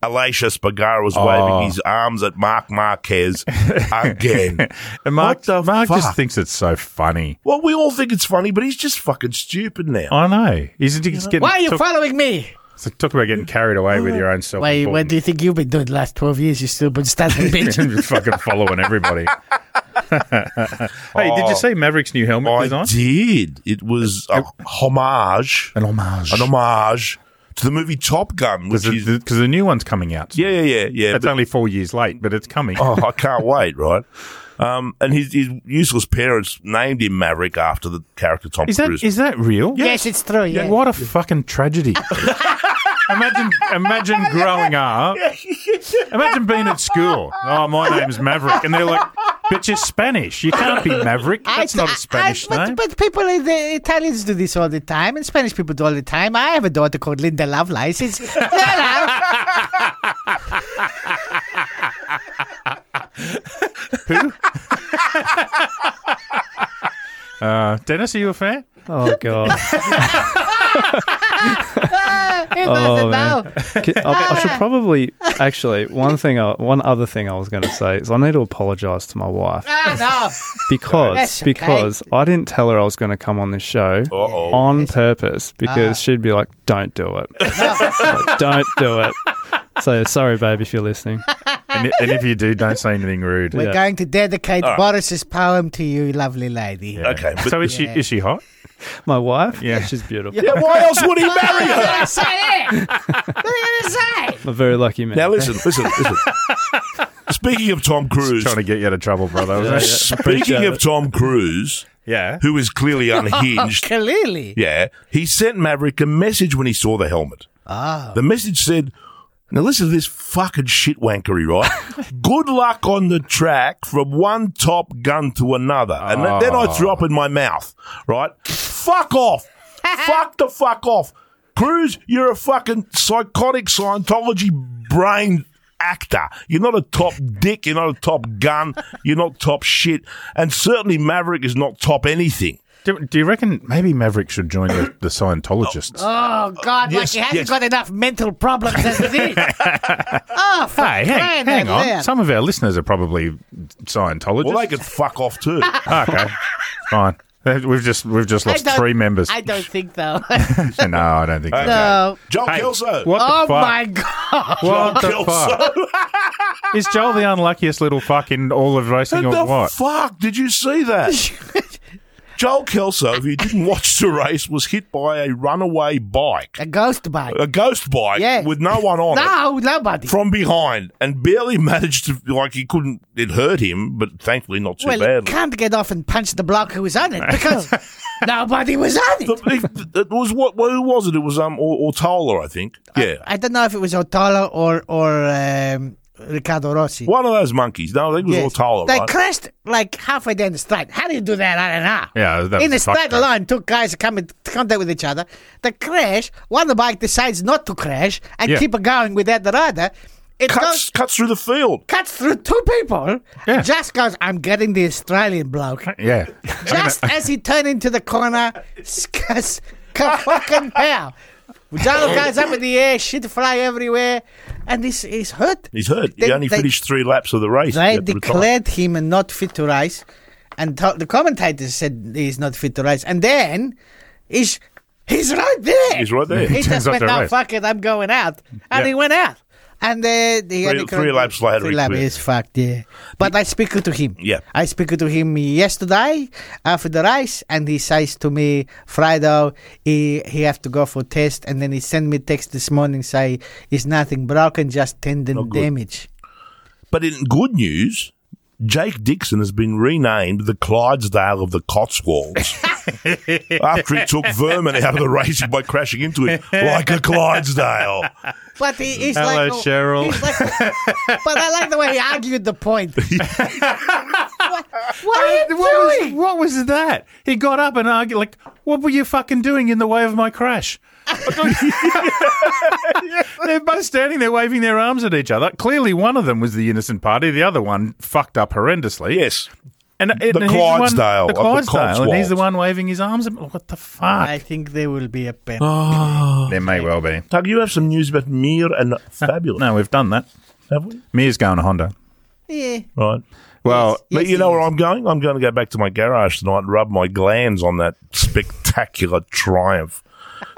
S3: Alatius Bagara was waving his arms at Mark <laughs> Marquez again.
S1: <laughs> And Mark,
S3: What the
S1: Mark
S3: fuck?
S1: just thinks it's so funny.
S3: well, we all think it's funny, but he's just fucking stupid now.
S1: I know. He's, he's getting,
S2: Why are you
S1: talk,
S2: following me?
S1: it's like- talk about getting carried away
S3: Oh,
S1: with your own self.
S2: Why? What
S1: <laughs>
S2: do you think you've been doing the last twelve years? You stupid stabbing bitch.
S1: fucking following everybody.
S3: <laughs>
S1: <laughs> hey, did you see Maverick's new helmet
S3: I
S1: design?
S3: did. It was a homage,
S1: An homage.
S3: an homage to the movie Top Gun, which
S1: Because
S3: is
S1: the, 'cause the new one's coming out.
S3: yeah, yeah, yeah, yeah.
S1: It's
S3: but-
S1: only four years late, but it's coming.
S3: oh, I can't wait, right? Um, and his, his useless parents named him Maverick after the character Tom
S1: Is that
S3: Cruise.
S1: is that real?
S2: yes, it's true. Yeah.
S1: What a fucking tragedy. imagine imagine growing up. Imagine being at school. Oh, my name's Maverick. And they're like, but you're Spanish. You can't be Maverick. That's
S2: I-
S1: not
S2: I-
S1: a Spanish
S2: I- but,
S1: name.
S2: But people, in the Italians do this all the time, and Spanish people do all the time. I have a daughter called Linda Lovelace.
S1: <laughs>
S2: It's,
S1: Uh, Dennis, are you a fan?
S4: Oh god.
S2: ah, it
S4: Oh,
S2: doesn't know.
S4: man. Ki- I, I should
S2: Ah.
S4: probably actually one thing. I, one other thing I was going to say is I need to apologise to my wife
S1: <laughs>
S2: Ah,
S4: because
S2: That's okay.
S4: because I didn't tell her I was going to come on this show
S3: Uh-oh.
S4: on purpose
S2: Ah.
S4: because she'd be like, "Don't do
S2: <laughs>
S4: it, Like, don't do it." So sorry, babe, if you're listening.
S1: And, and if you do, don't say anything rude.
S2: no. We're
S4: Yeah.
S2: going to dedicate
S3: All right.
S2: Boris's poem to you, lovely lady.
S1: Yeah.
S3: Okay, but-
S1: so is she
S2: Yeah.
S1: is she hot?
S4: My wife,
S1: Yeah.
S4: she's beautiful.
S3: yeah, why else would he marry
S2: What are you
S3: her?
S2: gonna say? What are you gonna
S1: <laughs>
S2: say?
S4: I'm a very lucky man.
S3: Now listen, listen, listen. Speaking of Tom Cruise,
S1: Trying to get you out of trouble, brother. wasn't it?
S3: speaking of Tom Cruise,
S1: Yeah.
S3: who is clearly unhinged,
S2: Clearly.
S3: yeah, he sent Maverick a message when he saw the helmet. Ah. The message said, now listen to this fucking shit wankery, right? Good luck on the track from one top gun to another. And then I threw up in my mouth, right? fuck off. fuck the fuck off. Cruz, you're a fucking psychotic Scientology brain actor. You're not a top dick. You're not a top gun. You're not top shit. And certainly Maverick is not top anything.
S1: Do, do you reckon maybe Maverick should join the, the Scientologists?
S2: Oh God!
S3: Yes,
S2: like he hasn't
S3: yes.
S2: got enough mental problems as it
S1: <laughs>
S2: is. oh, for
S1: hey, hang,
S2: crying
S1: hang
S2: out
S1: on.
S2: loud.
S1: Some of our listeners are probably Scientologists.
S3: Well, they could fuck off too.
S1: okay, fine. We've just we've just
S2: I
S1: lost
S2: don't-
S1: three members. <laughs>
S2: I don't think though. <laughs>
S1: no, I don't think. so.
S2: no.
S3: Joel
S1: Hey,
S3: Kelso.
S1: What
S2: Oh
S1: the fuck?
S2: my God!
S1: What the
S3: Joel
S1: fuck?
S3: Kelso.
S1: Is Joel the unluckiest little fuck in all of racing
S3: What
S1: or
S3: the
S1: what?
S3: fuck? Did you see that?
S1: <laughs>
S3: Joel Kelso, if you didn't watch the race, was hit by a runaway bike,
S2: A ghost bike.
S3: a ghost bike
S2: Yeah.
S3: with no one on it.
S2: No, nobody.
S3: From behind and barely <laughs> managed to, like, he couldn't, it hurt him, but thankfully not too
S2: well, you
S3: badly.
S2: can't get off and punch the block who was on it because nobody was on it.
S3: The- it, it was what, well, who was it? It was, um, or, Ortola, I think. Yeah.
S2: I don't know if it was Otala or or um, Ricardo Rossi.
S3: one of those monkeys. No, I think it was
S2: Yes.
S3: Ortola,
S2: They
S3: right?
S2: crashed like halfway down the straight. How do you do that? I don't know.
S1: Yeah, that
S2: in a
S1: was fucked
S2: straight
S1: up.
S2: line, two guys come in contact with each other. They crash. One bike decides not to crash and
S1: Yeah.
S2: keep it going without the other. It
S3: cuts,
S2: goes
S3: cuts through the field.
S2: cuts through two people.
S1: Yeah.
S2: Just goes. I'm getting the Australian bloke.
S1: Yeah,
S2: Just as he turned into the corner, <laughs> scuss, come fucking hell.
S3: <laughs>
S2: Jalo goes up in the air, shit fly everywhere, and he's, he's hurt.
S3: He's hurt.
S2: They-
S3: he only
S2: they-
S3: finished three laps of the race. He
S2: They
S3: had to retire.
S2: declared him not fit to race, and to- the commentators said he's not fit to race. And then he's, he's right there.
S3: He's right there.
S2: He
S1: Turns
S2: just
S1: up
S2: went,
S1: to
S2: no,
S1: race."
S2: fuck it, I'm going out. And he
S1: Yeah.
S2: went out. And uh, the
S3: Three- three laps later,
S2: three
S3: he
S2: laps
S3: quit.
S2: is fucked. Yeah, but I speak to him.
S3: Yeah.
S2: I speak to him yesterday after the race, and he says to me, Friday, he he have to go for test, and then he sent me text this morning say it's nothing broken, just tendon damage.
S3: But in good news, Jake Dixon has been renamed the Clydesdale of the Cotswolds after he took vermin out of the racing by crashing into it like a Clydesdale.
S2: But he, he's
S1: Hello,
S2: like, oh,
S1: Cheryl.
S2: he's
S3: <laughs>
S2: like- but I like the way he argued the point. what, what are you
S1: what, was,
S2: doing?
S1: what was that? He got up and argued, like, what were you fucking doing in the way of my crash? They're both standing there waving their arms at each other. Clearly, one of them was the innocent party. The other one fucked up horrendously.
S3: Yes.
S1: And, uh, and
S3: The
S1: he's one-
S3: Clydesdale
S1: the
S3: of the
S1: Clydesdale, and he's the
S3: Cotswolds.
S1: one waving his arms. ab- What the fuck?
S2: I think there will be a bet.
S3: Oh.
S1: there may well be.
S3: Tug, you have some news about Mir and Fabulous,
S1: No, we've done that.
S3: have we?
S1: Mia's going to Honda.
S2: Yeah.
S3: Right.
S1: Well,
S3: But
S2: Yes,
S3: you know
S2: he
S3: where I'm going? I'm going to go back to my garage tonight and rub my glands on that spectacular triumph.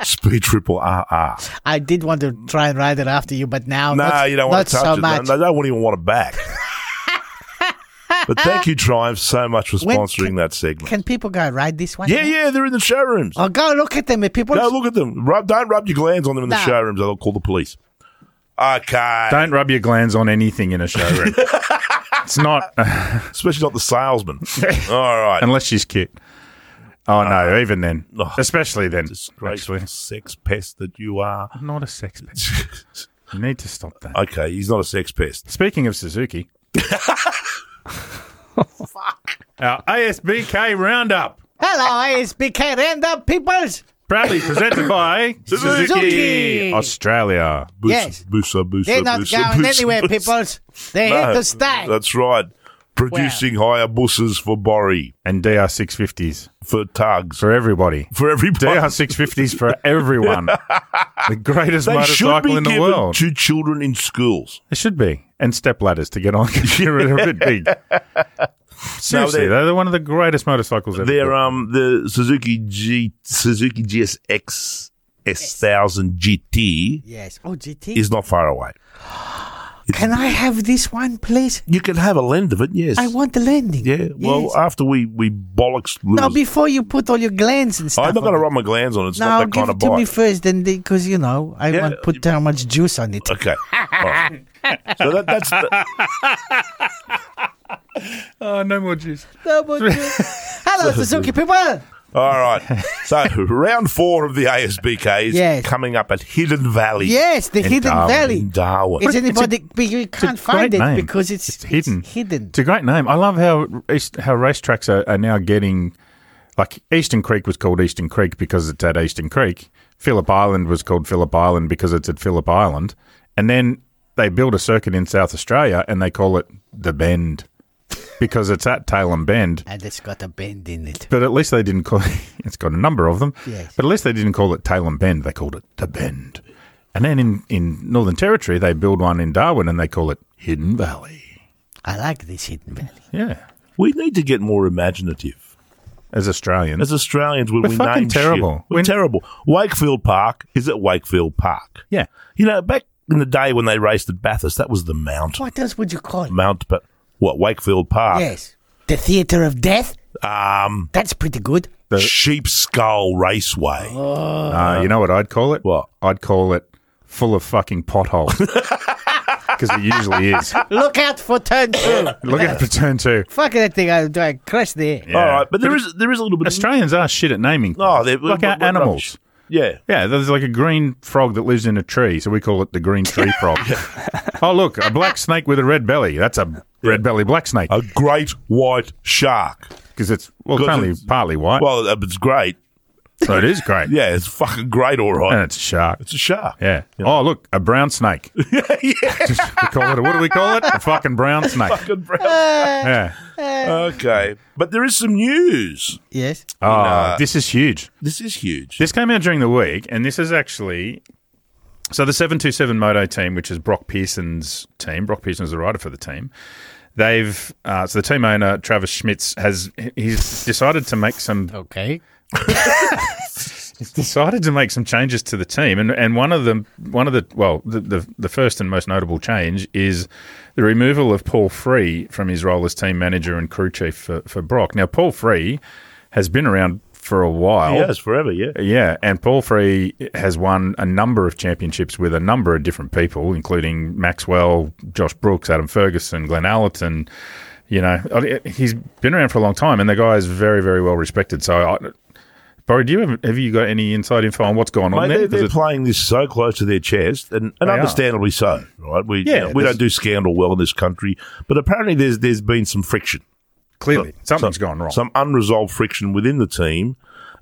S3: Speed triple RR.
S2: I did want to try and ride it after you, but now
S3: No,
S2: not,
S3: you don't
S2: not
S3: want to touch
S2: so
S3: it.
S2: much.
S3: No, they don't even want
S2: <laughs>
S3: it back. but thank you, Triumph, so much for
S2: When
S3: sponsoring
S2: can-
S3: that segment.
S2: Can people go ride this one?
S3: yeah, yeah, they're in the showrooms.
S2: Oh, go look at them. If People.
S3: Go look at them. Rub, don't rub your glands on them in the
S2: No.
S3: showrooms. or They'll call the police. Okay.
S1: don't rub your glands on anything in a
S2: <laughs>
S1: showroom. it's not <laughs>
S3: Especially not the salesman. <laughs> All right.
S1: unless she's cute. Oh no, even then,
S3: Ugh.
S1: especially then,
S3: Disgraceful
S1: actually,
S3: sex pest that you are. <laughs>
S1: not a sex pest. You need to stop that.
S3: okay, he's not a sex pest.
S1: Speaking of
S2: <laughs>
S1: Suzuki, our ASBK roundup
S2: Hello, ASBK Random Peoples.
S1: proudly presented by Suzuki,
S2: Suzuki.
S1: Australia.
S3: Busa,
S2: Yes.
S3: busa, busa,
S2: They're not
S3: busa,
S2: going
S3: busa, <laughs>
S2: anywhere,
S3: busa.
S2: peoples. They're
S3: No,
S2: here to stay.
S3: That's right. Producing higher buses for Borry,
S1: and DR650s
S3: for Tugs,
S1: for everybody.
S3: for everybody.
S1: DR650s for
S3: <laughs>
S1: everyone. the greatest
S3: They should be
S1: motorcycle in the
S3: given
S1: world.
S3: to children in schools.
S1: It should be. And step ladders to get on. <laughs> 'cause You're a bit
S3: <laughs>
S1: big. Seriously,
S3: they're-
S1: they're, one of the greatest motorcycles ever.
S3: They're
S1: built.
S3: um the Suzuki G Suzuki GSX S thousand GT
S2: yes. Oh, GT.
S3: is not far away.
S2: Can I have this one, please?
S3: You can have a lend of it, yes.
S2: I want the landing.
S3: yeah. Well,
S2: Yes.
S3: after we we bollocks
S2: no,
S3: Lewis,
S2: before you put all your glands and stuff.
S3: Oh, I'm not
S2: on
S3: going to
S2: it.
S3: rub my glands on it. It's
S2: No,
S3: not that
S2: give
S3: kind
S2: it
S3: of
S2: to me
S3: bike.
S2: first, then because you know I
S3: Yeah.
S2: won't put too much juice on
S3: <laughs>
S2: it.
S3: okay. All right. So that, that's the,
S1: Oh, no more juice.
S2: No more juice.
S3: <laughs>
S2: Hello, Suzuki people.
S3: all right. So round four of the ASBK is
S2: Yes.
S3: coming up at Hidden Valley.
S2: Yes, the Hidden
S1: Darwin.
S2: Valley.
S3: in Darwin.
S2: Is anybody? but you can't find it
S1: great name.
S2: because it's,
S1: It's hidden.
S2: hidden.
S1: It's a great name. I love how race- how racetracks are, are now getting like Eastern Creek was called Eastern Creek because it's at Eastern Creek. Phillip Island was called Phillip Island because it's at Phillip Island. And then they build a circuit in South Australia and they call it the Bend because it's at Tail and Bend.
S2: And it's got a bend in it.
S1: But at least they didn't call <laughs> it's got a number of them.
S2: Yes.
S1: But at least they didn't call it Tail and Bend, they called it the Bend. And then in, in Northern Territory they build one in Darwin and they call it Hidden Valley.
S2: I like this Hidden Valley.
S1: Yeah.
S3: We need to get more imaginative.
S1: As Australians.
S3: As Australians, when
S1: We're
S3: we
S1: fucking
S3: name
S1: terrible.
S3: shit, we're
S1: We're-
S3: terrible. Wakefield Park is at Wakefield Park.
S1: Yeah.
S3: You know, back in the day when they raced at Bathurst, that was the
S2: <laughs>
S3: Mount.
S2: What else would you call it?
S3: Mount, but what Wakefield Park?
S2: Yes, the Theater of Death.
S3: Um,
S2: That's pretty good.
S1: The-
S3: Sheep Skull Raceway.
S1: Uh, you know what I'd call it?
S3: What?
S1: I'd call it full of fucking <laughs> potholes. Because it usually is.
S2: Look out for turn two.
S1: Look at the turn two.
S2: <laughs> Fuck that thing! I, I crashed there.
S1: Yeah.
S3: All right, but there is there is a little bit of
S1: Australians are shit at naming. Things.
S3: Oh, they're-
S1: like
S3: we're-
S1: our
S3: we're
S1: animals.
S3: yeah.
S1: Yeah, there's like a green frog that lives in a tree, so we call it the green <laughs> tree frog. oh, look, a black snake with a red belly. That's a red belly black snake
S3: A great white shark.
S1: Oh. because it's well, it's
S3: 'Cause
S1: only
S3: it's-
S1: partly white.
S3: Well, uh, it's great.
S1: so it is great.
S3: Yeah, it's fucking great. All
S1: and
S3: right,
S1: it's a shark.
S3: it's a shark.
S1: Yeah. Oh, look, a brown snake. <laughs>
S3: <laughs>
S1: we call it. A, what do we call it? A fucking brown snake. <laughs>
S3: Fucking brown.
S1: Yeah.
S3: okay, but there is some news.
S2: Yes.
S1: <laughs> Oh, this is huge.
S3: This is huge.
S1: This came out during the week, and this is actually so the seven two seven Moto team, which is Brock Pearson's team. Brock Pearson is the rider for the team. They've uh, so the team owner Travis Schmitz has he's decided to make some
S2: Okay.
S1: decided to make some changes to the team, and and one of them one of the well the the, the first and most notable change is the removal of Paul Free from his role as team manager and crew chief for, for Brock. Now Paul Free has been around for a while.
S3: Oh, Yes, forever. Yeah.
S1: Yeah, and Paul Free has won a number of championships with a number of different people, including Maxwell, Josh Brooks, Adam Ferguson, Glenn Allerton. You know, he's been around for a long time, and the guy is very, very well respected. So, I, Barry, do you have, have you got any inside info on what's going on
S3: Mate,
S1: there?
S3: they're, they're
S1: 'Cause it-
S3: playing this so close to their chest, and, and
S1: They are.
S3: understandably so, right? We
S1: Yeah,
S3: we
S1: this-
S3: don't do scandal well in this country, but apparently there's there's been some friction.
S1: clearly, something's
S3: some,
S1: gone wrong.
S3: Some unresolved friction within the team,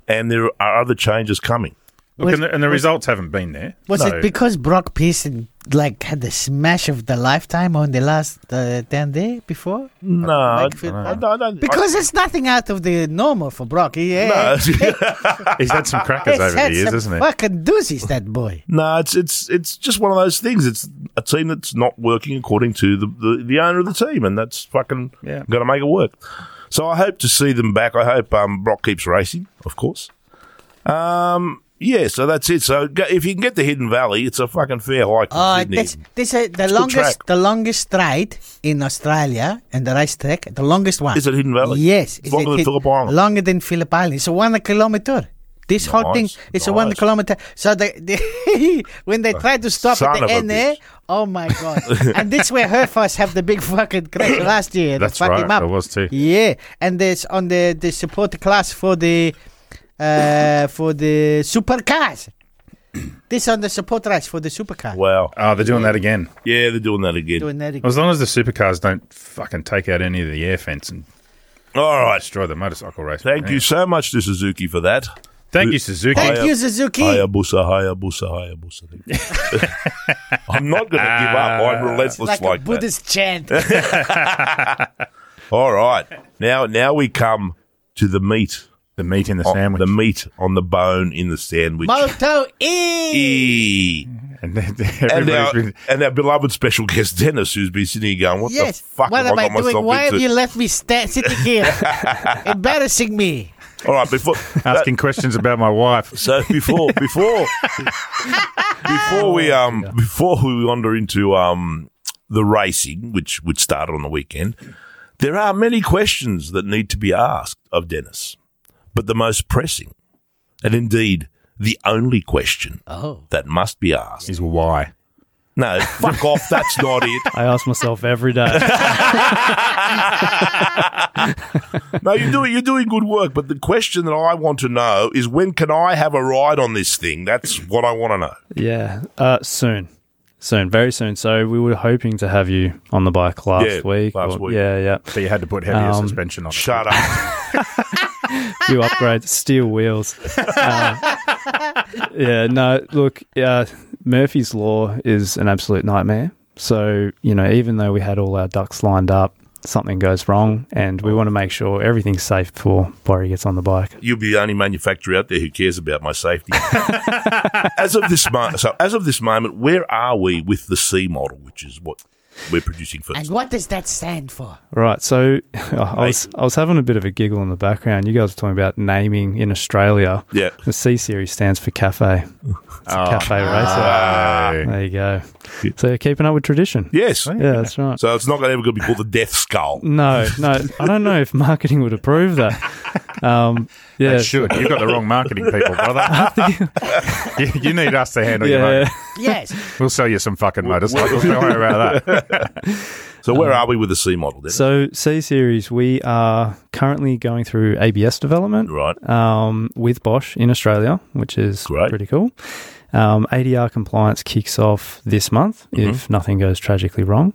S3: and there are other changes coming.
S1: Look,
S2: Was-
S1: and the, and the results haven't been there.
S2: Was
S1: So-
S2: it because Brock Pearson like had the smash of the lifetime on the last uh, damn day before?
S3: No, I,
S2: Wakefield-
S3: I don't. I-
S2: Because it's nothing out of the normal for Brock. He,
S1: <laughs>
S3: no, <laughs>
S2: <laughs>
S1: he's had some crackers
S2: he's
S1: over
S2: had
S1: the years,
S2: some
S1: isn't he?
S2: Fucking doozies, that boy.
S3: no, it's it's it's just one of those things. It's a team that's not working according to the the, the owner of the team, and that's fucking
S1: Yeah.
S3: got to make it work. So I hope to see them back. I hope um, Brock keeps racing, of course. Um, yeah, so that's it. So go, if you can get the Hidden Valley, it's a fucking fair hike. to
S2: Oh,
S3: Sydney.
S2: that's this uh, the
S3: good
S2: longest
S3: track.
S2: the longest ride in Australia and the race track, the longest one.
S3: Is it Hidden Valley?
S2: Yes,
S3: It's longer
S2: it
S3: than
S2: hit-
S3: Phillip Island.
S2: Longer than Phillip Island. It's a one kilometer. This whole thing,
S3: Nice,
S2: it's a one
S3: nice.
S2: kilometer. So they, they <laughs> when they try to stop
S3: Son
S2: at
S3: of a
S2: the NA,
S3: bitch.
S2: oh my
S3: <laughs>
S2: god! and that's where Herfoss have the big fucking
S3: <coughs>
S2: crash last year.
S1: That's
S2: they fucked
S1: right,
S2: him up.
S1: there was too.
S2: Yeah, and there's on the the support class for the uh for the supercars. <coughs> this on the support race for the supercar.
S3: wow.
S1: Oh, they're doing that again.
S3: Yeah, they're doing that again.
S2: Doing that again.
S1: As long as the supercars don't fucking take out any of the air fence and
S3: All right.
S1: destroy Oh, the motorcycle race.
S3: Thank
S1: Yeah.
S3: you so much to Suzuki for that.
S1: Thank you, Suzuki.
S2: Thank
S3: Hiya-
S2: you, Suzuki.
S3: Hayabusa, Hayabusa,
S2: <laughs>
S3: Hayabusa. <laughs> I'm not going to give up. I'm relentless
S2: Uh, like,
S3: like,
S2: a
S3: that.
S2: Buddhist
S3: <laughs>
S2: chant.
S3: All right. Now, now we come to the meat.
S1: The meat in the
S3: On-
S1: sandwich.
S3: Oh, The meat on the bone in the sandwich.
S2: Moto E.
S3: E.
S1: <laughs> and then-
S3: And
S1: everybody's
S3: our,
S1: been-
S3: and our beloved special guest Dennis, who's been sitting here going, "What
S2: Yes.
S3: the fuck
S2: what
S3: have
S2: am
S3: I
S2: I
S3: got
S2: doing?
S3: myself
S2: Why
S3: into?"
S2: have you left me sta sitting
S3: <laughs>
S2: here, embarrassing me?
S3: All right, before that-
S1: asking questions about my wife.
S3: So <laughs> before before before we um before we wander into um the racing, which which started on the weekend, there are many questions that need to be asked of Dennis, but the most pressing, and indeed the only question
S2: Oh.
S3: that must be asked.
S1: Is why.
S3: No, fuck off. That's not it.
S4: I ask myself every
S3: <laughs>
S4: day.
S3: No, you're doing you're doing good work, but the question that I want to know is when can I have a ride on this thing? That's what I want to know.
S4: yeah, uh, soon, soon, very soon. So we were hoping to have you on the bike last
S3: Yeah,
S4: week.
S3: last week.
S4: Yeah, yeah.
S1: So you had to put heavier
S4: Um,
S1: suspension on. it.
S3: Shut up.
S4: few upgrades, steel wheels. Uh, yeah, no, look, uh, Murphy's Law is an absolute nightmare. So, you know, even though we had all our ducks lined up, something goes wrong, and we want to make sure everything's safe before Barry gets on the bike.
S3: You'll be the only manufacturer out there who cares about my safety. as of this moment, so as of this moment, where are we with the C model, which is what we're producing
S2: And
S3: first?
S2: what does that stand for?
S4: Right, so <laughs> I was, I was having a bit of a giggle in the background. You guys were talking about naming in Australia.
S3: Yeah.
S4: The C series stands for cafe. It's
S1: Oh,
S4: a cafe
S3: Ah.
S4: racer. There you go. So you're keeping up with tradition.
S3: Uh, Yes.
S4: Oh, Yeah, that's right.
S3: So it's not going to ever going to be called the Death Skull.
S4: No, no, I don't know if marketing would approve that.
S3: <laughs>
S4: Um, yeah,
S1: They should. You've got the wrong marketing people, brother. you, you need us to handle your
S4: yeah,
S1: money.
S4: yeah.
S2: Yes.
S1: We'll sell you some fucking motorcycles. Don't worry about
S3: <laughs>
S1: that.
S3: So where are we with the C model? Then?
S4: So C series, we are currently going through ABS development
S3: right.
S4: um, with Bosch in Australia, which is
S3: Great.
S4: pretty cool. Um, ADR compliance kicks off this month
S3: Mm-hmm.
S4: if nothing goes tragically wrong.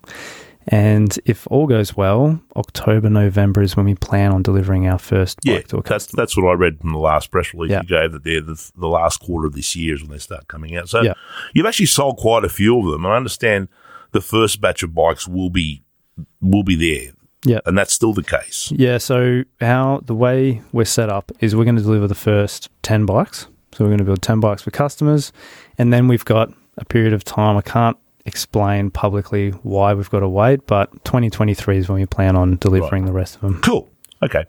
S4: And if all goes well, October, November is when we plan on delivering our first
S3: Yeah,
S4: bike to a
S3: that's
S4: customer.
S3: that's what I read from the last press release
S4: Yeah.
S3: you gave that they're the, the last quarter of this year is when they start coming out. So
S4: Yeah.
S3: you've actually sold quite a few of them, and I understand the first batch of bikes will be will be there,
S4: Yeah.
S3: and that's still the case.
S4: Yeah, so how the way we're set up is we're going to deliver the first 10 bikes. So we're going to build 10 bikes for customers. And then we've got a period of time. I can't explain publicly why we've got to wait, but 2023 is when we plan on delivering the rest of them.
S3: Cool. Okay.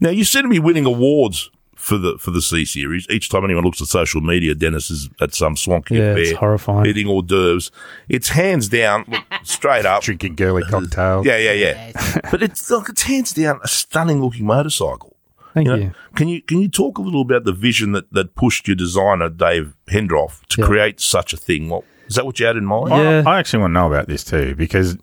S3: Now you seem to be winning awards for the for the C series. Each time anyone looks at social media, Dennis is at some swanky
S4: Yeah,
S3: affair,
S4: it's horrifying.
S3: eating hors d'oeuvres. It's hands down, look, straight up.
S1: Drinking girly cocktails.
S3: Yeah, yeah, yeah.
S4: <laughs>
S3: but it's like it's hands down a stunning looking motorcycle.
S4: Thank
S3: You know,
S4: you.
S3: Can you can you talk a little about the vision that, that pushed your designer Dave Hendroff to
S4: Yeah.
S3: create such a thing? What is that? What you had in mind?
S1: I-
S4: Yeah.
S1: I actually want to know about this too because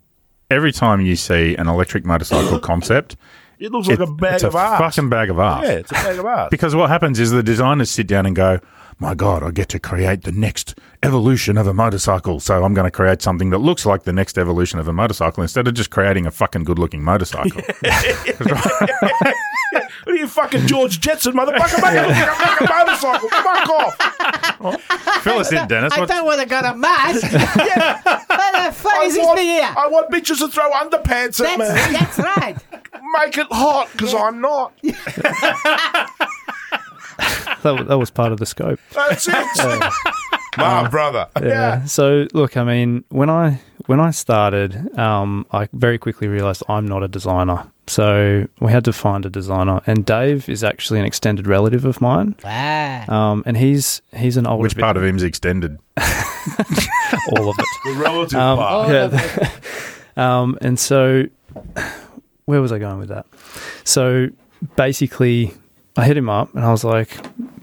S1: every time you see an electric motorcycle concept,
S3: It looks like
S1: it-
S3: a bag
S1: it's
S3: of
S1: a
S3: ass.
S1: fucking bag of arse.
S4: <laughs>
S3: yeah, it's a bag of ass.
S1: Because what happens is the designers sit down and go, my God, I get to create the next evolution of a motorcycle. So I'm going to create something that looks like the next evolution of a motorcycle instead of just creating a fucking good looking
S2: <laughs>
S1: motorcycle.
S3: What are you fucking George Jetson, motherfucker? Make
S2: <laughs>
S3: it look like a fucking motorcycle. Fuck off.
S1: Fill us in, Dennis.
S2: I
S1: What,
S2: don't want to go to
S3: <laughs>
S2: Mars. yeah. What the fuck is this
S3: want,
S2: thing here?
S3: I want bitches to throw underpants at me.
S2: That's, that's
S3: <laughs>
S2: right.
S3: Make it hot, because
S2: <laughs>
S3: I'm not.
S4: That, wa- that was part of
S1: <laughs>
S4: the scope.
S3: That's it. My Ah, brother.
S4: Yeah. So look, I mean, when I when I started, um, I very quickly realized I'm not a designer. So we had to find a designer, and Dave is actually an extended relative of mine,
S2: Wow.
S4: um, and he's he's an older
S1: which
S4: bit-
S1: part of him's extended?
S4: all of it.
S3: The relative part.
S2: All
S4: Um, yeah.
S2: of it.
S4: <laughs> Um, and so, where was I going with that? So basically, I hit him up and I was like,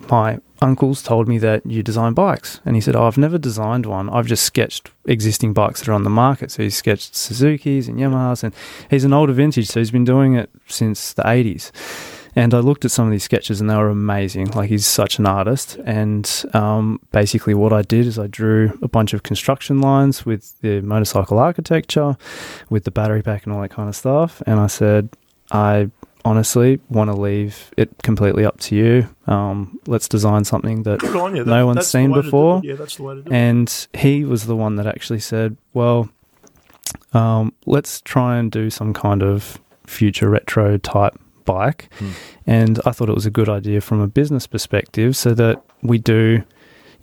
S4: my uncle's told me that you design bikes. And he said, oh, I've never designed one. I've just sketched existing bikes that are on the market. So he sketched Suzuki's and Yamahas. And he's an older vintage, so he's been doing it since the 80s. And I looked at some of these sketches and they were amazing. Like, he's such an artist. And um, basically, what I did is I drew a bunch of construction lines with the motorcycle architecture, with the battery pack, and all that kind of stuff. And I said, I honestly want to leave it completely up to you. Um, let's design something
S3: <laughs>
S4: that
S3: Good on you.
S4: no one's
S3: that's the
S4: seen
S3: way to do
S4: before.
S3: it. Yeah, that's the way to do it.
S4: and he was the one that actually said, "Well, um, let's try and do some kind of future retro type bike."
S1: Hmm.
S4: And I thought it was a good idea from a business perspective, so that we do,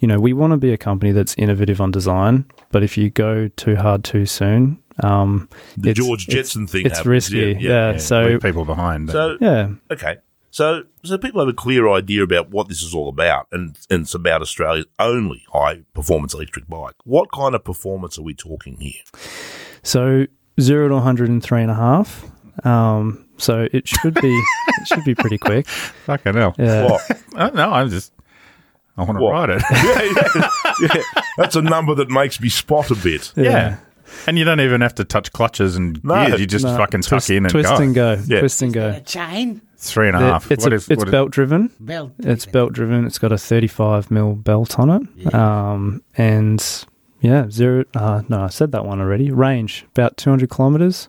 S4: you know, we want to be a company that's innovative on design, but if you go too hard too soon, um,
S3: The
S4: it's-
S3: George
S4: it's-
S3: Jetson thing
S4: it's
S3: happens.
S4: risky. Yeah,
S1: Yeah,
S4: so
S1: oh, leave people behind.
S3: So,
S4: yeah,
S3: okay. So, so people have a clear idea about what this is all about, and, and it's about Australia's only high performance electric bike. What kind of performance are we talking here?
S4: So zero to 103 and a half. Um, so it should be it should be pretty
S1: <laughs>
S4: quick.
S1: Fucking hell.
S4: Yeah.
S3: What?
S1: I don't know. I'm just. I want to
S3: What?
S1: ride it. <laughs>
S3: yeah, yeah, yeah. That's a number that makes me spot a
S4: <laughs>
S3: bit.
S1: yeah. And you don't even have to touch clutches and
S3: No.
S1: gears. You just
S4: No,
S1: fucking
S4: twist,
S1: tuck in and
S4: twist
S1: go.
S4: and go.
S3: Yeah.
S4: Twist and go.
S2: A chain?
S1: Three and a
S4: It-
S1: half.
S4: it's
S1: What
S4: a-
S1: is-
S4: it's
S1: what is-
S4: belt driven.
S2: Belt.
S4: It's belt driven. It's got a 35 mil belt on it. Um, and yeah, zero. Uh, no, I said that one already. Range about 200 kilometers.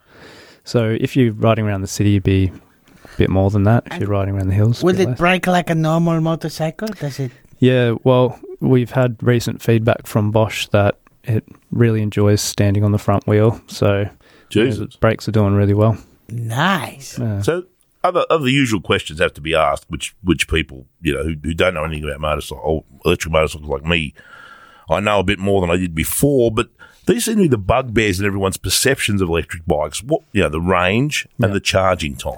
S4: So if you're riding around the city, you'd be a bit more than that. If you're riding around the hills, a
S2: Will
S4: bit
S2: it
S4: less.
S2: break like a normal motorcycle? Does it?
S4: Yeah, well, we've had recent feedback from Bosch that it really enjoys standing on the front wheel. So you know,
S3: Jesus.
S4: the brakes are doing really well.
S2: Nice.
S4: Yeah.
S3: So other other usual questions have to be asked, which which people you know who, who don't know anything about motorcycle electric motorcycles like me, I know a bit more than I did before. But these seem to be the bugbears in everyone's perceptions of electric bikes. What you know, the range and
S4: Yeah.
S3: the charging time.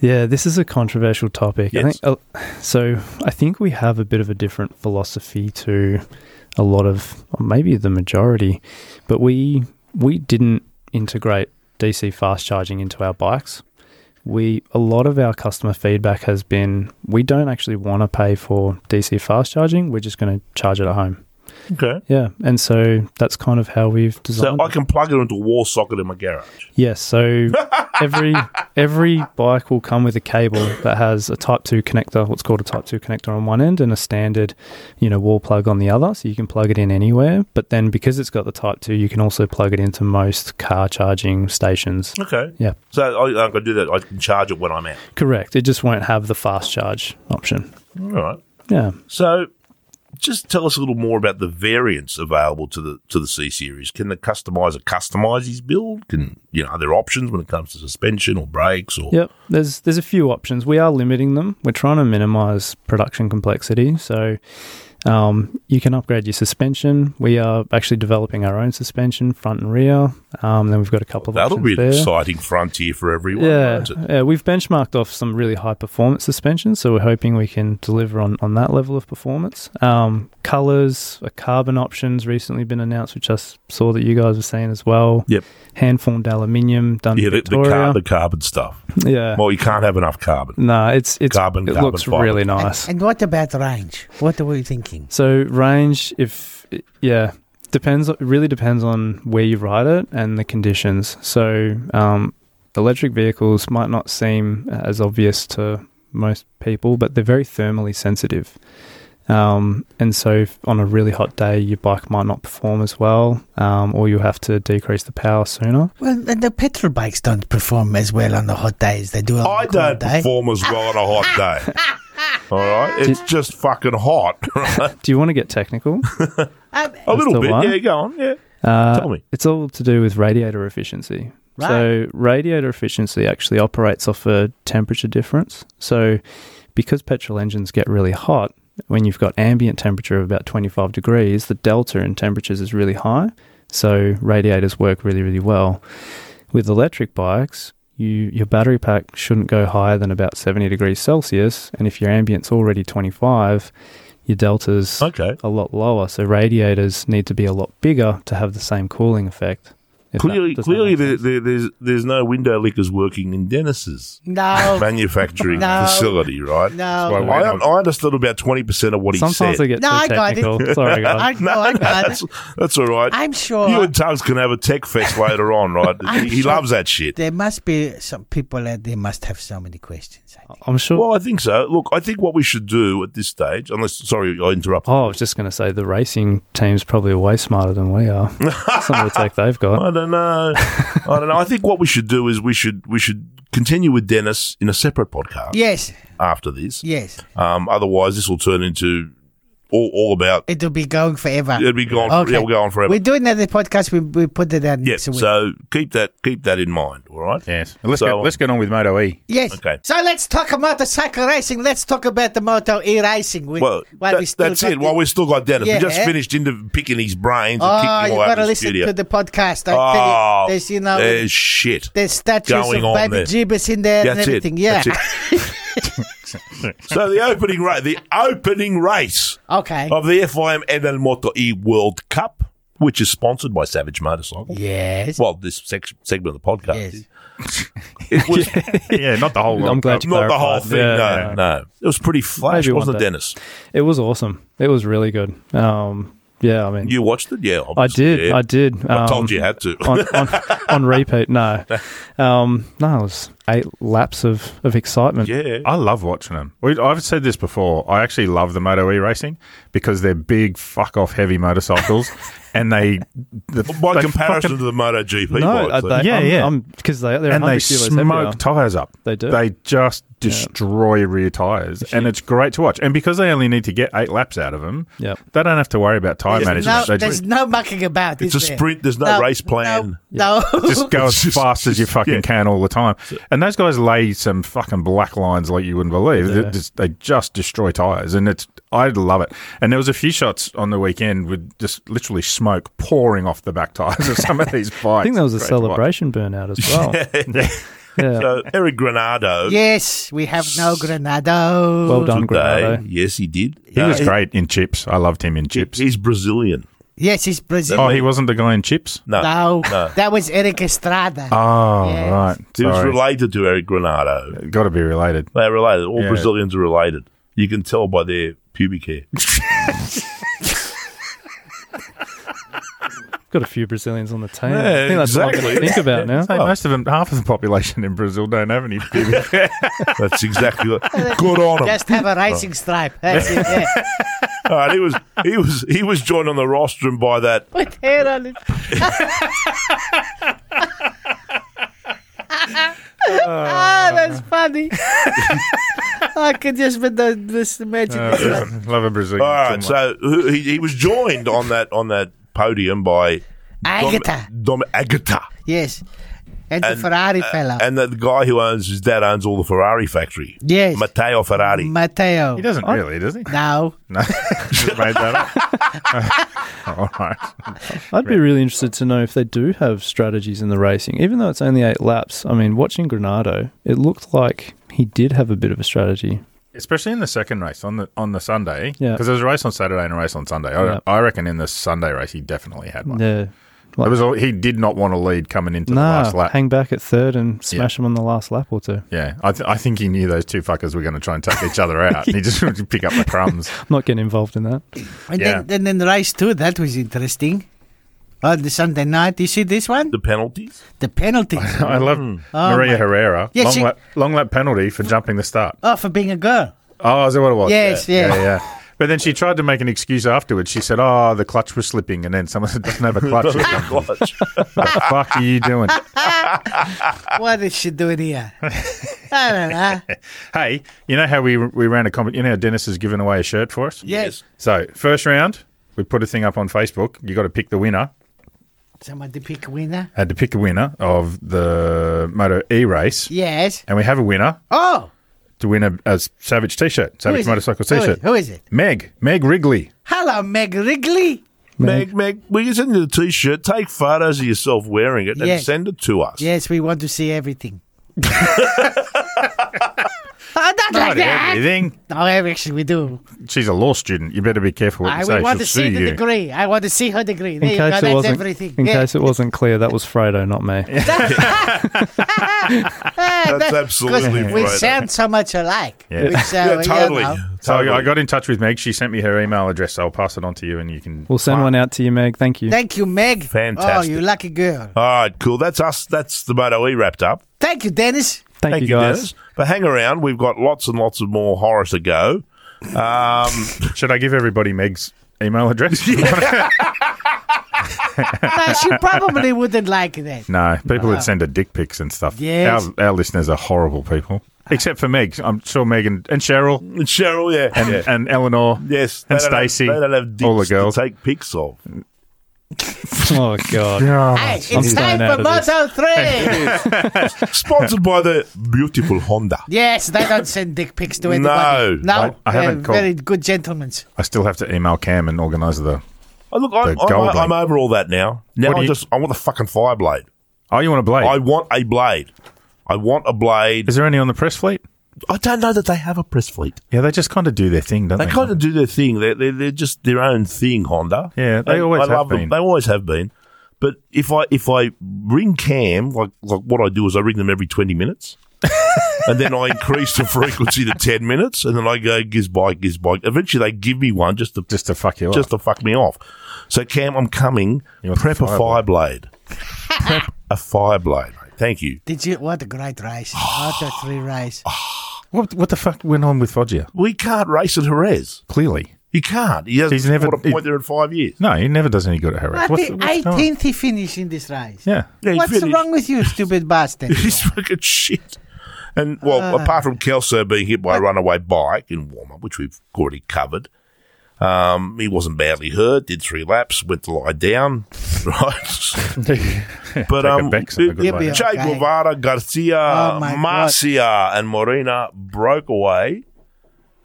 S4: Yeah, this is a controversial topic. I
S3: Yes.
S4: think uh, so. I think we have a bit of a different philosophy to a lot of, or maybe the majority, but we we didn't integrate DC fast charging into our bikes. We a lot of our customer feedback has been we don't actually want to pay for DC fast charging. We're just going to charge it at home.
S3: Okay,
S4: Yeah, and so that's kind of how we've
S3: so
S4: designed.
S3: I can plug it into a wall socket in my garage.
S4: Yes, so every every bike will come with a cable that has a Type Two connector, what's called a Type Two connector on one end, and a standard, you know, wall plug on the other. So you can plug it in anywhere. But then because it's got the Type Two, you can also plug it into most car charging stations.
S3: Okay,
S4: Yeah,
S3: so I, I can do that. I can charge it when I'm out.
S4: correct. It just won't have the fast charge option.
S3: All right.
S4: Yeah.
S3: So, just tell us a little more about the variants available to the to the C series. Can the customizer customize his build? Can you know are there options when it comes to suspension or brakes or
S4: Yep. There's there's a few options. We are limiting them. We're trying to minimize production complexity. So um, you can upgrade your suspension. We are actually developing our own suspension, front and rear. Um, then we've got a couple of
S3: that'll
S4: options
S3: be an
S4: there.
S3: exciting frontier for everyone.
S4: Yeah,
S3: won't it?
S4: yeah, we've benchmarked off some really high performance suspensions, so we're hoping we can deliver on, on that level of performance. Um, colors, a carbon option's recently been announced, which I s- saw that you guys were seeing as well.
S3: Yep.
S4: hand formed aluminium done
S3: Yeah,
S4: in
S3: the, the, car,
S4: Victoria.
S3: the carbon stuff.
S4: yeah,
S3: Well, you can't have enough carbon.
S4: no, it's it's
S3: Carbon-
S4: it
S3: carbon
S4: looks
S3: fibre.
S4: really
S2: And-
S4: nice.
S2: And what about range? What are we thinking?
S4: So range, if yeah, depends. It really depends on where you ride it and the conditions. So um, electric vehicles might not seem as obvious to most people, but they're very thermally sensitive. Um, and so, if on a really hot day, your bike might not perform as well, um, or you'll have to decrease the power sooner.
S2: Well, the, the petrol bikes don't perform as well on the hot days. They do on
S3: I
S2: the cold
S3: don't
S2: day.
S3: perform as well on a hot
S4: <laughs>
S3: day. All right, it's just fucking hot. <laughs> Right?
S4: Do you want to get technical?
S2: Um,
S3: A little
S4: the
S3: bit,
S4: one.
S3: yeah. Go on, yeah.
S4: Uh,
S3: Tell me.
S4: It's all to do with radiator efficiency.
S2: Right.
S4: So, radiator efficiency actually operates off a temperature difference. So, because petrol engines get really hot, when you've got ambient temperature of about 25 degrees, the delta in temperatures is really high. So, radiators work really, really well. With electric bikes, you, your battery pack shouldn't go higher than about 70 degrees Celsius. And if your ambient's already 25, your delta's
S3: Okay.
S4: a lot lower. So radiators need to be a lot bigger to have the same cooling effect. If that-
S3: Clearly,
S4: does that
S3: clearly,
S4: make
S3: there,
S4: sense?
S3: there, there's there's no window lickers working in Dennis's <laughs>
S2: no,
S3: manufacturing
S2: No.
S3: facility, right?
S1: That's
S2: no.
S1: why
S3: I, I understood about twenty percent of what he
S4: sometimes I
S3: said.
S4: get
S2: No,
S4: too
S2: I got it. <laughs>
S4: technical. Sorry,
S2: I,
S3: <laughs>
S4: guys.
S2: no, Oh, I got it.
S3: that's, that's all right.
S2: I'm sure
S3: you and Tugs can have a
S2: <laughs>
S3: tech fest later on, right?
S2: I'm
S3: he
S2: sure-
S3: loves that shit.
S2: there must be some people that they must have so many questions. I think.
S4: I'm sure.
S3: Well, I think so. Look, I think what we should do at this stage, unless sorry, I interrupted.
S4: Oh, I was just going to say the racing team's probably way smarter than
S3: <laughs>
S4: we are. Some of the tech they've got.
S3: I don't know. I don't know. I think what we should do is we should we should continue with Dennis in a separate podcast
S2: Yes,
S3: after this.
S2: yes.
S3: Um, otherwise, this will turn into all, all about.
S2: It'll be going forever.
S3: It'll be gone.
S2: Okay.
S3: Yeah, we'll go on forever.
S2: We're doing another podcast. We, we put it out
S3: yeah.
S2: next week.
S3: So keep that keep that in mind. All right.
S1: Yes. Let's,
S3: So-
S1: get, let's get on with Moto
S4: <laughs>
S1: E.
S2: yes.
S3: Okay.
S2: So let's talk motorcycle racing. Let's talk about the Moto E racing. We-
S3: Well,
S2: while
S3: that-
S2: we still
S3: that's
S2: got
S3: it. While
S2: the-
S3: we still got Dennis, we just
S2: Yeah. eh?
S3: finished into picking his brains and
S2: oh,
S3: kicking
S2: you got
S3: all over
S2: to
S3: the
S2: listen
S3: studio.
S2: to the podcast. I tell
S3: oh,
S2: you, there's you know
S3: there's shit.
S2: there's statues
S3: going
S2: of
S3: on
S2: baby
S3: there.
S2: Jeebus in there and
S3: That's it.
S2: everything. Yeah.
S3: That's
S2: <laughs>
S3: it. so the opening race, the opening race
S2: Okay.
S3: of the FIM Enel Moto E World Cup, which is sponsored by Savage Motorcycle.
S2: Yes.
S3: Well, this sec- segment of the podcast.
S2: Yes.
S3: is.
S2: <laughs>
S3: It was
S1: Yeah, not the whole
S4: I'm
S1: World
S4: glad
S1: Cup.
S4: you
S3: not the
S4: clarified.
S3: whole thing.
S4: Yeah,
S3: no,
S4: yeah.
S3: no. It was pretty flash,
S4: Maybe one
S3: wasn't it,
S4: day.
S3: Dennis?
S4: It was awesome. It was really good. Um, yeah, I mean,
S3: You watched it? Yeah,
S4: I
S3: obviously,
S4: did.
S3: yeah.
S4: I did.
S3: I
S4: um,
S3: told you had to.
S4: on, on,
S3: <laughs>
S4: on repeat. No, um, no, it was eight laps of, of excitement.
S3: yeah.
S1: I love watching them. We, I've said this before. I actually love the Moto E racing because they're big, fuck off heavy
S4: <laughs>
S1: motorcycles, and they the,
S3: By
S1: they
S3: comparison
S1: fucking-
S3: to the Moto GP,
S4: No,
S3: bikes,
S4: uh, they,
S1: Yeah,
S4: I'm,
S1: yeah.
S4: because they they're
S1: and they
S4: 100 kilos heavier.
S1: smoke tires up.
S4: They do.
S1: They just destroy rear tires, and it's great to watch. And because they only need to get eight laps out of them,
S4: Yep.
S1: they don't have to worry about tire
S2: There's no,
S1: management. they
S2: there's
S1: just,
S2: no mucking about.
S3: It's
S2: is
S3: a
S2: there?
S3: sprint. There's no race plan.
S2: No. no.
S1: just go as fast as you fucking can all the time. And those guys lay some fucking black lines like you wouldn't believe. They, just, they just destroy tires, and it's I love it. And there was a few shots on the weekend with just literally smoke pouring off the back tires of some of these bikes.
S4: I think there was a
S1: Great to watch.
S4: celebration burnout as well. yeah.
S3: So Eric
S2: <laughs>
S3: Granado.
S2: yes, we have no Granado.
S4: well done,
S3: Today,
S4: Granado.
S3: yes, he did.
S1: He was great in chips. I loved him in chips.
S3: He's Brazilian.
S2: Yes, it's Brazil.
S1: Oh, he wasn't the guy in chips.
S3: No,
S2: no,
S3: no.
S2: that was Eric Estrada.
S1: Oh,
S2: Yes.
S1: right.
S3: He was
S1: Sorry.
S3: related to Eric Granado.
S1: Got to be related.
S3: They're related. All
S1: Yeah.
S3: Brazilians are related. You can tell by their pubic hair.
S4: Got a few Brazilians on the team.
S3: Yeah,
S4: I think that's what I'm
S3: exactly.
S4: going to think about now.
S1: Hey, most of them, half of the population in Brazil don't have any. pubic hair.
S3: That's exactly what. Good on him.
S2: Just have a
S3: Oh.
S2: racing stripe. That's it. Yeah.
S3: <laughs> All right, he was he was he was joined on the rostrum by that.
S2: Put hair on
S3: <laughs>
S2: it. ah, that's funny. <laughs> I can just but don't- just imagine.
S1: Uh,
S2: that.
S1: Love a Brazilian.
S3: All right,
S1: film.
S3: so who- he, he was joined on that on that podium by Dom-
S2: Agatha.
S3: Dom, Agata,
S2: Yes. And, the Ferrari fella.
S3: and the guy who owns his dad owns all the Ferrari factory.
S2: Yes.
S3: Matteo Ferrari.
S2: Matteo.
S1: he doesn't really, does he?
S2: No.
S1: No, just made that up. <laughs> All right.
S4: I'd be really interested to know if they do have strategies in the racing, even though it's only eight laps. I mean, watching Granado, it looked like he did have a bit of a strategy.
S1: Especially in the second race on the on the Sunday,
S4: Yeah.
S1: Because there was a race on Saturday and a race on Sunday. I,
S4: Yeah.
S1: I reckon in the Sunday race he definitely had one.
S4: Yeah.
S1: It was all, he did not want to lead coming into the last
S4: Nah,
S1: lap.
S4: hang back at third and smash him on the last lap or two.
S1: yeah, I, th- I think he knew those two fuckers were going to try and take each other
S4: <laughs>
S1: out. and he just wanted to pick up the crumbs.
S4: I'm not getting involved in that.
S2: And
S1: Yeah.
S2: then, then, then the race two, that was interesting. On the Sunday night, you see this one?
S3: The penalties.
S2: The penalty.
S1: I love
S4: Mm.
S1: Maria Herrera.
S2: Yeah,
S1: long,
S2: she-
S1: lap, long lap penalty for jumping the start.
S2: oh, for being a girl.
S1: Oh, is that what it was?
S2: Yes,
S1: yeah.
S2: yeah.
S1: yeah, yeah. But then she tried to make an excuse afterwards. She said, "Oh, the clutch was slipping," and then someone <laughs> said, "Doesn't have a
S3: <laughs>
S1: clutch." or something.
S3: Clutch.
S1: What the fuck are you doing?
S2: What is she doing here? I don't know.
S1: Hey, you know how we we ran a comp- You know, how Dennis has given away a shirt for us.
S2: Yes.
S1: So first round, we put a thing up on Facebook. You got to pick the winner.
S2: Someone to pick a winner.
S1: Had to pick a winner of the Moto E race,
S2: Yes.
S1: and we have a winner
S2: Oh,
S1: to win a, a Savage T-shirt,
S2: who
S1: Savage
S2: is it?
S1: Motorcycle
S2: Who is-
S1: T-shirt.
S2: Who is it?
S1: Meg, Meg Wrigley.
S2: Hello, Meg Wrigley.
S3: Meg, Meg, we can send you the t-shirt. Take photos of yourself wearing it
S2: Yeah.
S3: and send it to us.
S2: Yes, we want to see everything. oh, not like
S1: Not
S2: that.
S1: everything.
S2: No, actually, we do.
S1: She's a law student. You better be careful what
S2: I
S1: you say.
S2: would want
S1: She'll
S2: to see
S1: sue
S2: the
S1: you.
S2: degree. I want to see her degree. There
S4: In
S2: you go.
S4: case it
S2: That's
S4: wasn't,
S2: everything.
S4: in
S2: Yeah. <laughs>
S4: case it wasn't clear, that was Fredo, not me.
S2: Ah,
S3: That's
S2: because <laughs>
S3: absolutely
S2: We
S3: right.
S2: sound so much alike.
S1: Yeah. <laughs>
S2: Which, uh,
S3: yeah,
S2: you
S3: totally.
S2: know.
S1: So
S3: totally.
S1: I I got in touch with Meg. She sent me her email address. So I'll pass it on to you, and you can.
S4: We'll send one out to you, Meg. Thank you.
S2: Thank you, Meg. Oh,
S3: Fantastic.
S2: you lucky girl.
S3: All right, cool. That's us. That's the Moto E wrapped up.
S2: Thank
S1: <laughs>
S2: you, Dennis.
S4: Thank, you, guys.
S3: Dennis. But hang around. We've got lots and lots of more horror to go. <laughs> Um,
S1: Should I give everybody Meg's email
S2: <laughs>
S1: address? <laughs>
S2: No, she probably wouldn't like that.
S1: no, people would send her dick pics and stuff.
S2: Yes.
S1: Our, our listeners are horrible people, except for Meg. I'm sure Meg and, and Cheryl
S3: Cheryl, yeah.
S1: and,
S3: yeah.
S1: and Eleanor.
S3: Yes,
S1: and
S3: they don't have-
S1: Stacey,
S3: They don't have dicks
S1: all the girls.
S3: to take pics of.
S4: <laughs> Oh God.
S1: Ah,
S2: Hey,
S4: I'm
S2: it's
S4: staying
S2: time
S4: out
S2: for
S4: of this.
S2: Moto 3.
S3: Sponsored by the beautiful Honda.
S2: <laughs> yes, they don't send dick pics to
S3: No.
S2: anybody.
S1: I- I
S2: they're
S1: haven't called-
S2: very good gentlemen.
S1: I still have to email Cam and organise the.
S3: Oh, look, I'm,
S1: The gold one.
S3: I'm, I'm over all that now. Now
S1: What do
S3: I
S1: you-
S3: just I want the fucking fire blade.
S1: Oh, you want a blade?
S3: I want a blade. I want a blade.
S1: Is there any on the press fleet?
S3: I don't know that they have a press fleet.
S1: Yeah, they just kind of do their thing, don't they?
S3: They kind of do their thing. They're, they're, they're just their own thing, Honda.
S1: Yeah, they
S3: And
S1: always
S3: I
S1: have
S3: love
S1: been.
S3: Them. They always have been. But if I if I ring Cam, like like what I do is I ring them every twenty
S1: <laughs>
S3: minutes, and then I increase the frequency to ten minutes, and then I go giz bike, giz bike. Eventually, they give me one just to
S1: just to fuck you
S3: just
S1: up.
S3: to fuck me off. So Cam, I'm coming.
S1: You want
S3: Prep
S1: the
S3: a fire blade. Prep a fire blade. mate. Thank you.
S2: Did you? What a great
S1: <gasps>
S2: race. Moto 3 race.
S1: What, what the fuck went on with Foggia?
S3: We can't race at Jerez.
S1: Clearly,
S3: You can't. He hasn't
S1: He's never-
S3: scored a point there in five years.
S1: no, he never does any good at
S2: I
S1: Harris. What's,
S2: think
S1: what's going on?
S2: 18th he finished in this race.
S1: Yeah. <laughs>
S3: Yeah, he
S2: What's
S3: finished.
S2: wrong with you, stupid bastard?
S3: <laughs> He's fucking shit. And well,
S2: Ah.
S3: apart from Kelso being hit by a runaway bike in warm up, which we've already covered, um, he wasn't badly hurt. Did three laps, went to lie down, <laughs>
S1: <laughs>
S3: right? but
S1: a
S3: um,
S1: Bex and a good
S2: Yeah, lay. but-
S3: Che
S2: okay.
S3: Guevara, Garcia,
S2: Oh, my
S3: Marcia, and Morena broke away.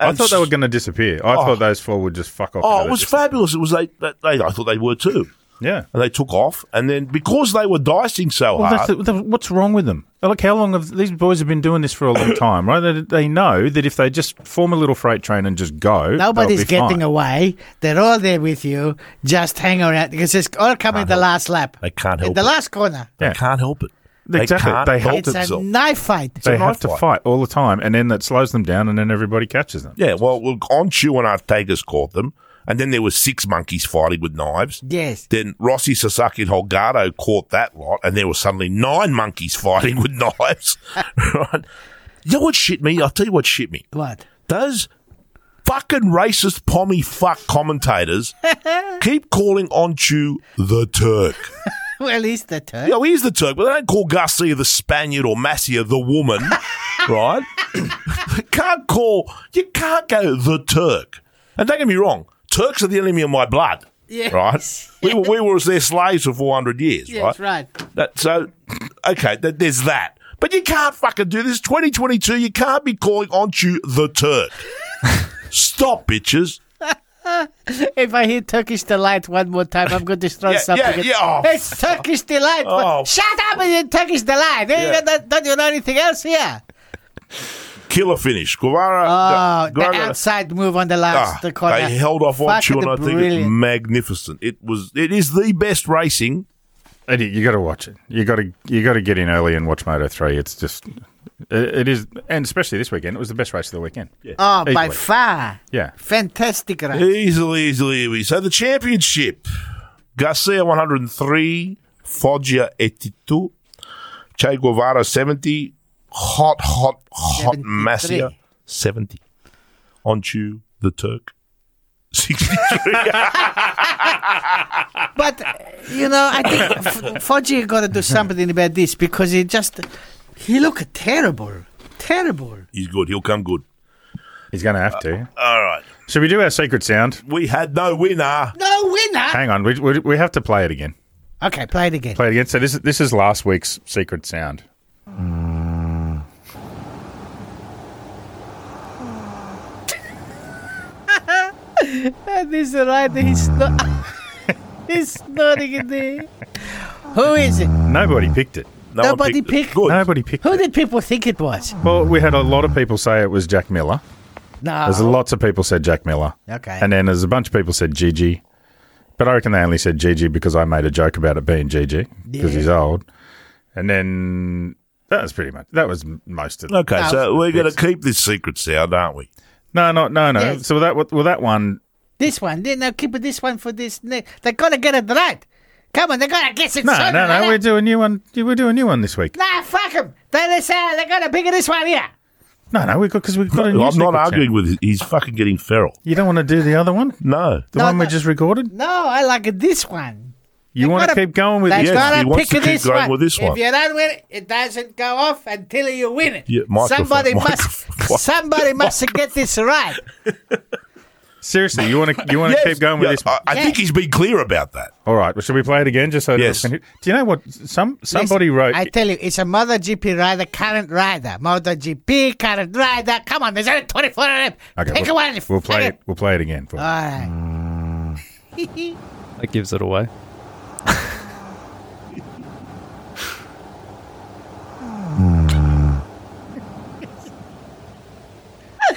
S1: I
S3: And
S1: thought they were going to disappear. I thought those four would just fuck off. into
S3: Oh, it
S1: the
S3: was
S1: distance.
S3: fabulous! It was they, they, they. I thought they were too,
S1: Yeah.
S3: and they took off. And then because they were dicing so
S1: Well,
S3: hard,
S1: that's the, the, what's wrong with them? Like, how long have these boys have been doing this for a long time, right? They, they know that if they just form a little freight train and just go,
S2: Nobody's
S1: they'll be
S2: getting
S1: fine.
S2: away. They're all there with you. Just hang around because it's all coming the last lap.
S3: they can't
S2: In
S3: help
S2: the
S3: it.
S2: last corner.
S3: They
S1: Yeah.
S3: can't help it. They
S1: Exactly.
S3: can't
S1: They
S3: help
S1: helped
S2: It's a
S3: themselves.
S2: knife fight.
S1: They
S3: a
S1: have
S3: knife
S1: to
S3: fight.
S1: fight all the time, and then that slows them down, and then everybody catches them.
S3: Yeah, well, well, on Chew and Artega's caught them, and then there was six monkeys fighting with knives.
S2: Yes.
S3: Then Rossi, Sasaki, and Holgado caught that lot, and there were suddenly nine monkeys fighting with <laughs> knives. right? You know what shit me? I'll tell you what shit me.
S2: What? <laughs>
S3: Those fucking racist pommy fuck commentators keep calling on Chew the Turk.
S2: Well, it's the turn.
S3: You know, he's the Turk, but they don't call Garcia the Spaniard or Massia
S2: <laughs>
S3: the woman, right? <coughs> can't call, you can't go the Turk. And don't get me wrong, Turks are the enemy of my blood,
S2: Yes.
S3: right? We were, we were their slaves for 400 years,
S2: Yes,
S3: right?
S2: right.
S3: That, so, okay, th- there's that. But you can't fucking do this. 2022, you can't be calling on you
S2: <laughs>
S3: the Turk. Stop, bitches.
S2: If I hear Turkish delight one more time, I'm
S3: <laughs>
S2: going to throw
S3: Yeah,
S2: something.
S3: yeah,
S2: at-
S3: yeah. Oh,
S2: It's Turkish delight.
S3: Oh.
S2: Shut up with your Turkish delight.
S3: Yeah.
S2: Don't, don't you know anything else here?
S3: Killer finish. Guevara.
S2: Oh, the
S3: Guevara-
S2: outside move on the last
S3: Ah,
S2: corner.
S3: They held off on
S2: Fucking
S3: Chew, and I think it's
S2: brilliant.
S3: magnificent. It was. It is the best racing.
S1: And you, you got to watch it. You got to you got to get in early and watch Moto Three. It's just it, it is, and especially this weekend, it was the best race of the weekend. Yeah,
S2: Oh, by
S1: Easily.
S2: far.
S1: yeah.
S2: Fantastic race.
S3: Easily, easily. easily. So the championship: Garcia 103, Foggia 82, Che Guevara 70, hot, hot, hot
S2: 73.
S3: Massia 70. Onchu the Turk
S2: <laughs>
S3: 63.
S2: But uh, you know, I think F- Foggy got to do something about this because he just he looked terrible, terrible.
S3: He's good. He'll come good.
S1: He's going to have to.
S3: All right.
S1: Should we do our secret sound?
S3: We had no winner.
S2: No winner.
S1: Hang on, we, we, we have to play it again.
S2: Okay, play it again.
S1: Play it again. So this is this is last week's secret sound.
S2: And this right, he's snor- <laughs> he's snorting in there. Who is it?
S1: Nobody picked it.
S3: No one
S2: Nobody
S3: it.
S2: picked.
S3: Good.
S1: Nobody picked
S2: Who
S1: it.
S2: did people think it was?
S1: Well, we had a lot of people say it was Jack Miller.
S2: No.
S3: Oh.
S1: There's lots of people said Jack Miller.
S2: Okay.
S1: And then there's a bunch of people said Gigi. But I reckon they only said Gigi because I made a joke about it being Gigi because
S2: Yeah.
S1: he's old. And then that was pretty much that was m- most of it.
S3: Okay, so we're going to keep this secret sound, aren't we?
S1: No, no, no, no.
S2: Yeah.
S1: So that well that one
S2: This one. Then Now keep this one for this. Ne- they got to get it right. Come on, they got to guess it.
S1: No,
S2: sooner
S1: no,
S2: than
S1: no. We're
S2: that.
S1: doing a new one. We're doing a new one this week.
S2: Nah, fuck them. They, they say they got to pick this one here.
S1: No, no. We've got because we've got a new.
S3: I'm
S1: secret
S3: not
S1: sound.
S3: arguing with it. He's fucking getting feral.
S1: You don't want to do the other one,
S3: No.
S1: the
S2: No,
S1: one we
S2: no.
S1: just recorded.
S2: No, I like this one.
S1: You
S2: They
S1: want to
S2: gotta-
S1: keep going with
S2: They
S1: this?
S3: Yes,
S2: got
S3: he
S2: to
S3: wants
S2: pick
S3: to keep
S2: this
S3: going
S2: one.
S3: with this
S2: If
S3: one.
S2: you don't win it, it doesn't go off until you win it.
S3: Yeah, microphone,
S1: <laughs>
S2: somebody must.
S3: microphone.
S2: Somebody must get this right.
S1: Seriously, you want to you want to
S3: <laughs> Yes,
S1: keep going with
S3: yeah,
S1: this one?
S3: I, I think he's been clear about that.
S1: All right. Well, should we play it again? Just so that
S3: Yes.
S1: we can- Do you know what? Some <laughs> somebody
S2: Listen,
S1: wrote.
S2: I tell you, it's a MotoGP rider, current rider, MotoGP current rider. Come on, there's only 24 of them.
S1: okay,
S2: Pick
S1: we'll,
S2: one. you
S1: We'll play
S2: fucker.
S1: it. Mm. We'll play it again. For
S2: All right.
S4: That gives it away.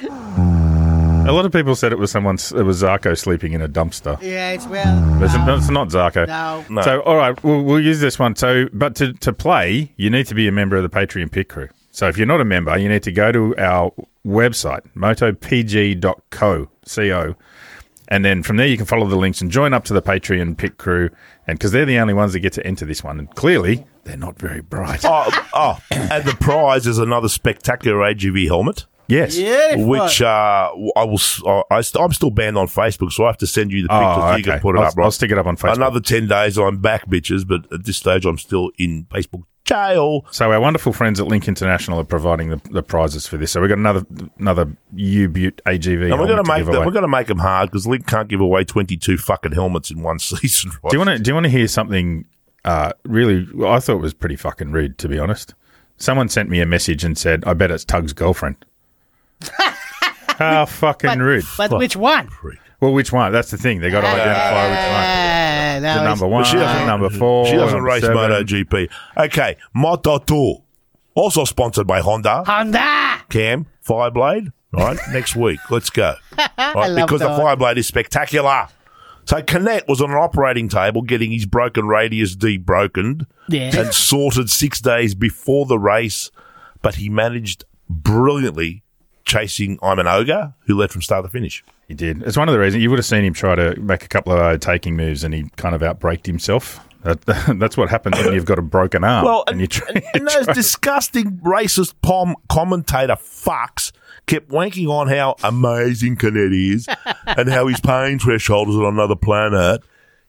S1: A lot of people said it was someone. s- It was Zarko sleeping in a dumpster.
S2: yeah, it's well.
S1: But It's,
S2: no,
S1: no, it's not Zarko.
S2: no.
S3: No.
S1: So, all right, we'll, we'll use this one. So, but to, to play, you need to be a member of the Patreon Pit Crew. So, if you're not a member, you need to go to our website, motopg.co, co, and then from there you can follow the links and join up to the Patreon Pit Crew, and because they're the only ones that get to enter this one, and clearly they're not very bright.
S3: oh, oh, and the prize is another spectacular AGV helmet.
S1: Yes.
S2: Yeah,
S3: Which uh, I will. s- I- I st- I'm still banned on Facebook, so I have to send you the pictures.
S1: Oh,
S3: so
S1: okay.
S3: You can put it
S1: I'll,
S3: up. Right?
S1: I'll stick it up on Facebook.
S3: Another ten days, I'm back, bitches. But at this stage, I'm still in Facebook jail.
S1: So our wonderful friends at Link International are providing the, the prizes for this. So we've got another another U Butte AGV.
S3: And we're
S1: helmet to
S3: going to make
S1: give
S3: them.
S1: away.
S3: We're going to make them hard because Link can't give away 22 fucking helmets in one <laughs> season. Right?
S1: Do you want to? Do you want to hear something? Uh, really, well, I thought it was pretty fucking rude, to be honest. Someone sent me a message and said, "I bet it's Tug's
S3: <laughs>
S1: girlfriend." How fucking rude!
S2: But which one?
S1: Well, which one? That's the thing. They got to identify which
S2: Uh, no,
S1: one. The
S2: it's-
S1: number one,
S3: But she doesn't-
S1: number four.
S3: Uh-huh. She doesn't
S1: number
S3: race
S1: seven.
S3: MotoGP. Okay, Moto Tour, also sponsored by Honda.
S1: <laughs>
S2: Honda.
S3: Cam Fireblade. All right, next week.
S2: <laughs>
S3: Let's go. All right,
S2: love
S3: because
S2: that.
S3: the Fireblade is spectacular. So Connect was on an operating table getting his broken radius debrokened
S2: Yes.
S3: and sorted six days before the race, but he managed brilliantly chasing I'm an ogre who led from start to finish.
S1: He did. It's one of the reasons you would have seen him try to make a couple of overtaking moves, and he kind of outbraked himself. That, <laughs> that's what happens when you've got a broken arm.
S3: Well,
S1: and, <laughs>
S3: and,
S1: you try,
S3: and- and those disgusting racist pom commentator fucks kept wanking on how amazing
S1: <laughs>
S3: Canet is and how his pain threshold is on another planet.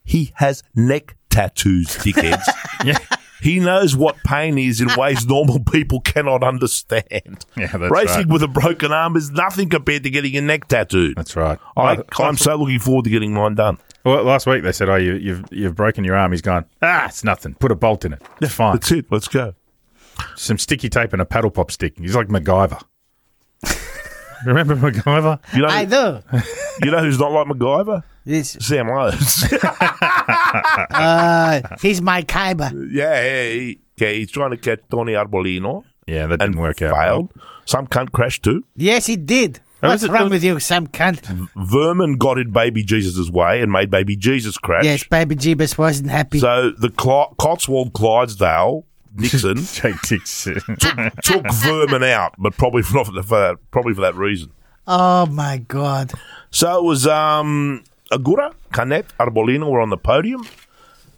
S3: He has neck tattoos, dickheads.
S1: <laughs> Yeah.
S3: He knows what pain is in ways normal people cannot understand.
S1: Yeah, that's
S3: Racing
S1: right.
S3: with a broken arm is nothing compared to getting your neck tattooed.
S1: that's right.
S3: I,
S1: Well,
S3: I'm so looking forward to getting mine done.
S1: Well, last week they said, "Oh, you, you've you've broken your arm." He's gone. Ah, it's nothing. Put a bolt in it. It's fine.
S3: That's it. Let's go.
S1: Some sticky tape and a paddle pop stick. He's like MacGyver. <laughs> Remember MacGyver?
S3: You know,
S2: I do.
S3: you know who's not like MacGyver?
S2: This,
S3: Sam
S1: <laughs>
S3: Lowe's.
S2: uh, he's my Kaiba.
S3: Yeah, yeah, he, okay, he's trying to catch Tony Arbolino
S1: Yeah, that
S3: and
S1: didn't work out.
S3: failed. Some cunt crashed too.
S2: Yes, he did.
S1: Oh,
S2: What's
S1: is it-
S2: wrong with you, some cunt?
S3: Vermin got in Baby Jesus' way and made Baby Jesus crash.
S2: Yes, baby Jeebus wasn't happy.
S3: So the Cl- Cotswold Clydesdale
S2: <laughs>
S1: <laughs>
S3: Nixon
S1: Jake Dixon.
S3: took Vermin out, but probably for, not for, that, probably for that reason.
S2: oh my god.
S3: So it was um, Agura, Canet, Arbolino were on the podium.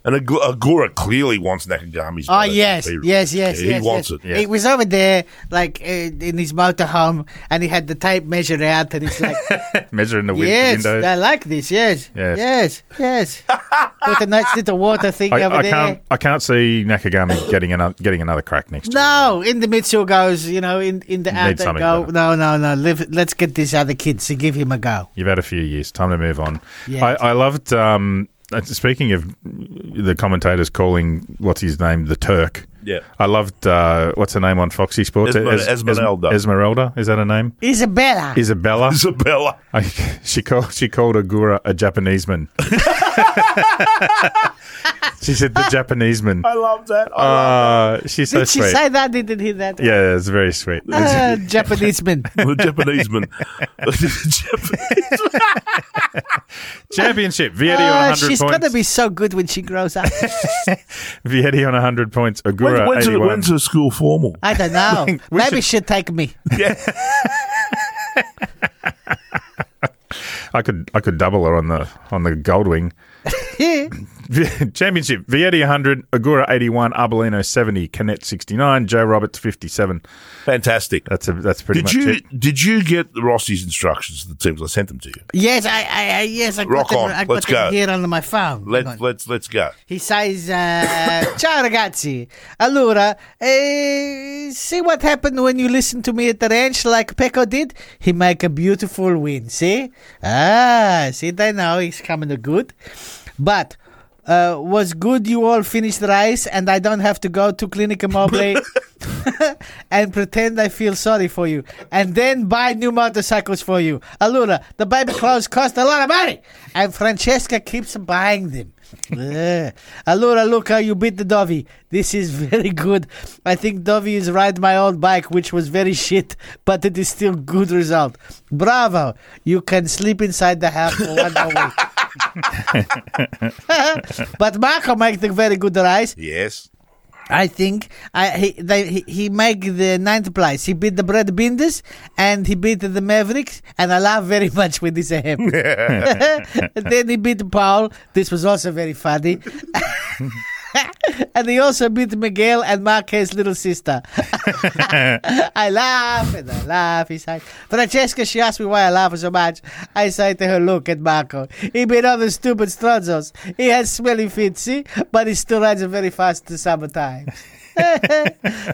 S3: And Ag- Agura clearly wants Nakagami's.
S2: Oh
S3: brother to
S2: yes,
S3: be-
S2: yes, yes,
S3: He
S2: yes,
S3: wants
S2: yes.
S3: it. <laughs> Yeah.
S2: He was over there, like uh, in his motorhome, and he had the tape measure out, and he's
S1: <laughs>
S2: like,
S1: <laughs> measuring the win-
S2: "Yes,
S1: window.
S2: I like this. Yes,
S1: Yes.
S2: yes, yes." With a nice little water thing
S1: I,
S2: over
S1: I
S2: there.
S1: can't. I can't see Nakagami getting another getting another crack next year.
S2: No, in the midsole goes, you know, in in the out they
S1: something
S2: go.
S1: better.
S2: No, no, no. Live, let's get this other kid to give him a go.
S1: You've had a few years. Time to move on.
S2: Yeah.
S1: I, I loved. Um, uh, speaking of the commentators calling what's his name the Turk.
S3: Yeah.
S1: I loved uh, what's her name on Foxy Sports.
S3: Esmer- Esmeralda.
S1: Esmeralda is that her name?
S2: Isabella.
S3: <laughs>
S1: Isabella.
S3: Isabella.
S1: I, she called she called Agura a Japanese
S3: <laughs>
S1: man. she said the Japanese man.
S3: I love that. I love
S1: Uh, she's so
S2: Did she
S1: sweet.
S2: say that? Didn't hear that.
S1: yeah, it's very sweet.
S2: Ah, Japanese man.
S3: <laughs> the
S1: <laughs>
S3: Japanese man. Japanese-
S1: Championship. Vietti on
S2: Ah,
S1: 100
S2: she's
S1: points.
S2: gonna be so good when she grows
S3: <laughs>
S2: up.
S1: Vietti on 100 points. Agura
S3: when, when's, a,
S1: 81.
S3: when's a school formal?
S2: I don't know.
S1: we
S2: Maybe
S1: should-
S2: she'll take me.
S3: <laughs>
S1: I could I could double her on the on the Goldwing. <laughs> Championship. Vietti 100, Agura 81, Arbolino 70, Canet 69, Joe Roberts 57.
S3: Fantastic.
S1: That's a, that's pretty
S3: Did
S1: much
S3: you
S1: it.
S3: did you get Rossi's instructions to the teams? I sent them to you.
S2: Yes, I, I, I yes, I
S3: Rock
S2: got
S3: on.
S2: Them, I
S3: Let's
S2: got them
S3: go.
S2: here on my phone. Hang on.
S3: Let let's let's go.
S2: He says,
S3: <laughs>
S2: uh, Ciao ragazzi. Allora, eh, see what happened when you listen to me at the ranch like Pecco did? He make a beautiful win, see? Ah, see, they know he's coming to good. But, uh, was good you all finished the race and I don't have to go to Clinica
S3: <laughs>
S2: Mobley <laughs> and pretend I feel sorry for you and then buy new motorcycles for you. Allura, the baby clothes cost a lot of money and Francesca keeps buying them. Yeah. Allura, look how you beat the Dovey. This is very good. I think Dovey is ride my old bike, which was very shit, but it is still good result. Bravo! You can sleep inside the house for one more week. <laughs> but Marco make the very good rise.
S3: Yes.
S2: I think I, he, they, he he make the ninth place. He beat the Brad Binders and he beat the Mavericks, and I laugh very <laughs> much when this happened. then he beat Paul. This was also very funny. <laughs> and he also beat Miguel and Marquez's little sister. I laugh and I laugh. He said, Francesca, she asked me why I laugh so much. I say to her, look at Marco. He been on the stupid strozzos. He has smelly feet, see? But he still rides very fast to summertime.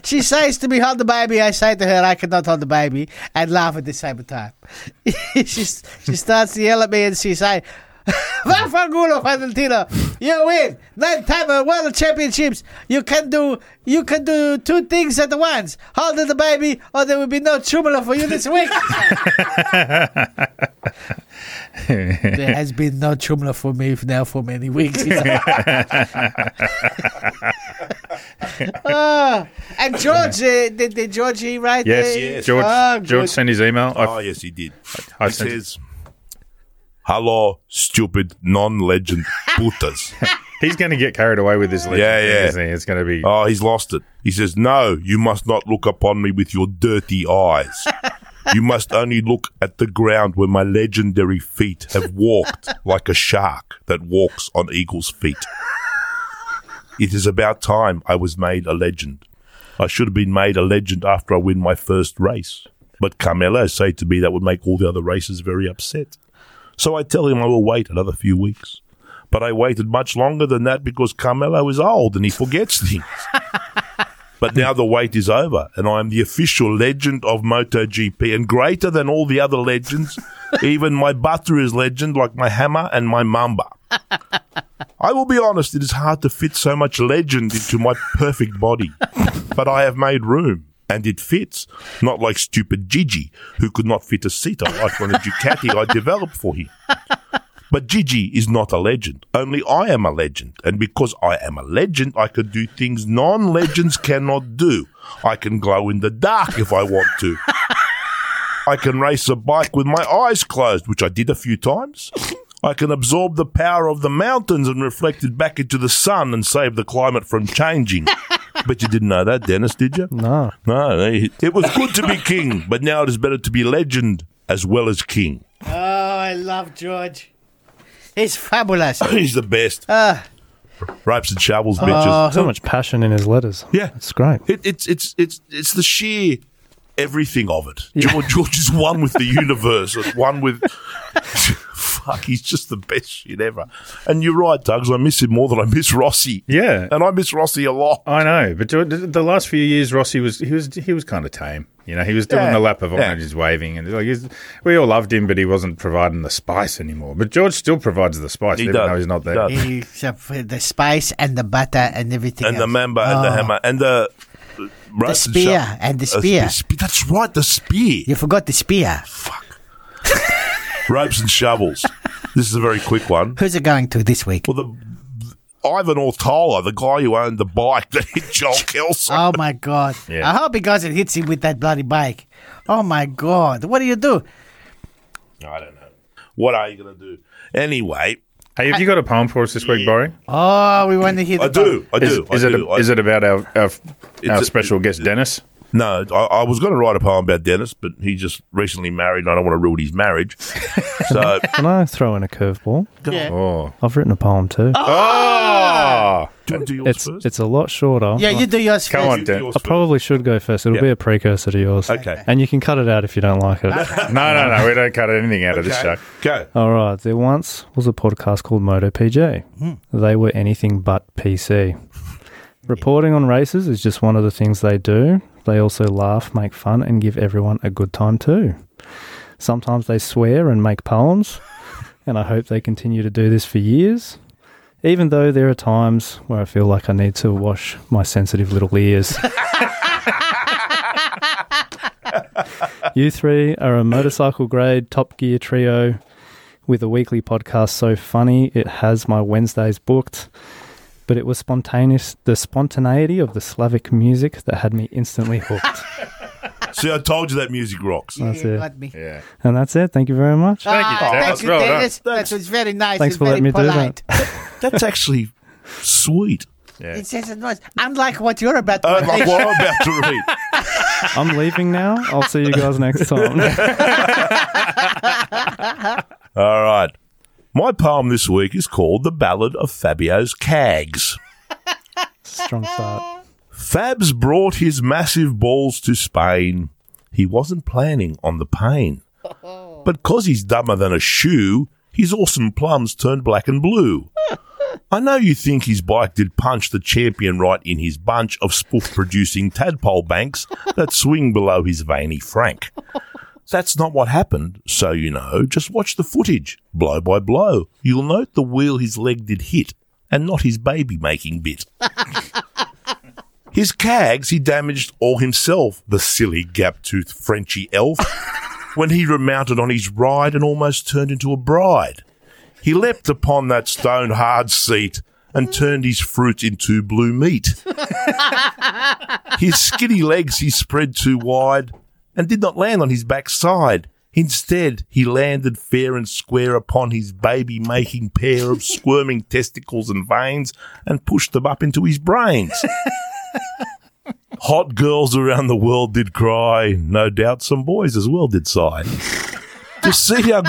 S2: she says to me, hold the baby. I say to her, I cannot hold the baby. And laugh at the same time. <laughs> she, she starts to yell at me and she say, <laughs> Vaffanculo, Valentino. You win nine time uh, world championships. You can do you can do two things at once. Hold the baby, or there will be no chumula for you this week. there has been no chumula for me now for many weeks. Ah, and George, uh, did, did George he write?
S1: Yes,
S2: uh,
S3: Yes.
S1: George.
S2: ah,
S1: George
S2: good.
S1: sent his email. I,
S3: Oh yes, he did.
S1: I
S3: He
S1: sent-
S3: says, "Hello, stupid non-legend putas."
S1: he's going to get carried away with his legend.
S3: Yeah,
S1: thing,
S3: yeah.
S1: isn't he? It's going to be.
S3: Oh, he's lost it. He says, No, you must not look upon me with your dirty eyes. you must only look at the ground where my legendary feet have walked like a shark that walks on eagle's feet. It is about time I was made a legend. I should have been made a legend after I win my first race. But Carmelo said to me that would make all the other races very upset. So I tell him I will wait another few weeks. But I waited much longer than that because Carmelo is old and he forgets things. But now the wait is over, and I am the official legend of MotoGP, and greater than all the other legends. Even my butter is legend, like my hammer and my mamba. I will be honest, it is hard to fit so much legend into my perfect body, but I have made room. And it fits, not like stupid Gigi, who could not fit a seat I like on a Ducati I developed for him. But Gigi is not a legend. Only I am a legend. And because I am a legend, I can do things non legends <laughs> cannot do. I can glow in the dark if I want to. I can race a bike with my eyes closed, which I did a few times. I can absorb the power of the mountains and reflect it back into the sun and save the climate from changing. But you didn't know that, Dennis, did you?
S4: No.
S3: No, they- it was good to be king, but now it is better to be legend as well as king. <coughs>
S2: Oh, I love George. He's fabulous. Ah.
S3: He's the best. Ropes and shovels, bitches.
S2: Oh,
S4: So much passion in his letters.
S3: Yeah.
S4: It's great.
S3: It, it's it's it's it's the sheer everything of it. George, George is one with the universe. It's one
S2: <laughs>
S3: with fuck. He's just the best shit ever. And you're right, Douglas. I miss him more than I miss Rossi.
S1: Yeah.
S3: and I miss Rossi a lot.
S2: Oh,
S1: I know, but the- the last few years, Rossi was he was he was kind of tame. You know, he was doing
S3: Yeah.
S1: the lap of
S3: Yeah.
S1: oranges, waving, and like he's, we all loved him, but he wasn't providing the spice anymore. But George still provides the spice,
S3: He
S1: even
S3: does.
S1: though he's not
S3: He
S1: there.
S3: does.
S2: He's up for the spice and the butter and everything.
S3: And the
S2: else.
S3: member and the
S2: Oh,
S3: hammer and the
S2: The spear and the spear.
S3: Uh, That's right, the spear.
S2: You forgot the spear.
S3: Ropes
S2: <laughs>
S3: and shovels. this is a very quick one.
S2: Who's it going to this week?
S3: Well, the Ivan Ortola, the guy who owned the bike that hit
S1: <laughs>
S3: Joel Kelso.
S1: Uh,
S2: Oh my
S3: <laughs>
S2: god!
S1: Yeah.
S2: I hope he goes and hits him with that bloody bike. Oh my god! What do you do?
S3: I don't know. What are you going to do? Anyway,
S1: Hey, have you got a poem for us this week, Barry?
S2: Oh, we want to hear. The
S3: I do. I do.
S1: Is,
S3: I
S1: is it
S3: do. I-
S1: is it about our our, our
S3: a-
S1: special guest Dennis?
S3: No, I, I was going to write a poem about Dennis, but he just recently married, and I don't want to ruin
S1: <laughs>
S3: his marriage. So,
S4: Can I throw in a curveball?
S1: Oh,
S4: I've written a poem too.
S3: Ah,
S1: oh,
S3: do, do yours
S4: it's
S3: first.
S4: it's a lot shorter.
S2: Yeah, you do yours
S1: come
S2: first.
S1: on,
S3: Do
S1: Dennis.
S3: yours
S4: I probably should go first. It'll
S3: Yeah.
S4: be a precursor to yours.
S3: Okay.
S4: And you can cut it out if you don't
S3: <laughs>
S4: like it.
S1: No, no, no. We don't cut anything out of this show.
S3: first. Go.
S4: <laughs> All right. There once was a podcast called MotoPG. They were anything but PC. Reporting on races is just one of the things they do. They also laugh, make fun, and give everyone a good time too. Sometimes they swear and make poems, and I hope they continue to do this for years. Even though there are times where I feel like I need to wash my sensitive little ears. you three are a motorcycle grade Top Gear trio with a weekly podcast so funny it has my Wednesdays booked. But it was spontaneous, the spontaneity of the Slavic music that had me instantly
S3: <laughs>
S4: hooked.
S3: See, I told you that music rocks.
S2: Yeah,
S4: That's it.
S2: got me.
S1: Yeah.
S4: and that's it. Thank you
S3: <laughs>
S4: very much.
S1: Thank you,
S2: Ah,
S1: Dennis.
S2: Thank you,
S1: Well done.
S2: Dennis.
S3: Thanks.
S2: That was very nice.
S4: Thanks
S2: and
S4: for letting
S2: very
S4: me do
S2: polite.
S4: that.
S3: That's actually
S1: <laughs>
S3: sweet.
S1: Yeah.
S2: It says it was unlike what you're about to
S3: Uh,
S2: do.
S3: <laughs> like what I'm about to read.
S1: <laughs>
S4: I'm leaving now. I'll see you
S3: <laughs>
S4: guys next time.
S3: All right. My poem this week is called The Ballad of Fabio's Cags.
S4: Strong start.
S3: Fabs brought his massive balls to Spain. He wasn't planning on the pain. But 'cause he's dumber than a shoe, his awesome plums turned black and blue. I know you think his bike did punch the champion right in his bunch of spoof producing tadpole banks that swing below his veiny frank. That's not what happened, so you know. Just watch the footage, blow by blow. You'll note the wheel his leg did hit, and not his baby making bit. His cags he damaged all himself, the silly gap toothed Frenchy elf, when he remounted on his ride and almost turned into a bride. He leapt upon that stone hard seat and turned his fruit into blue meat. his skinny legs he spread too wide and did not land on his backside. Instead, he landed fair and square upon his baby making pair of squirming testicles and veins and pushed them up into his brains. Hot girls around the world did cry. No doubt some boys as well did sigh. to see young.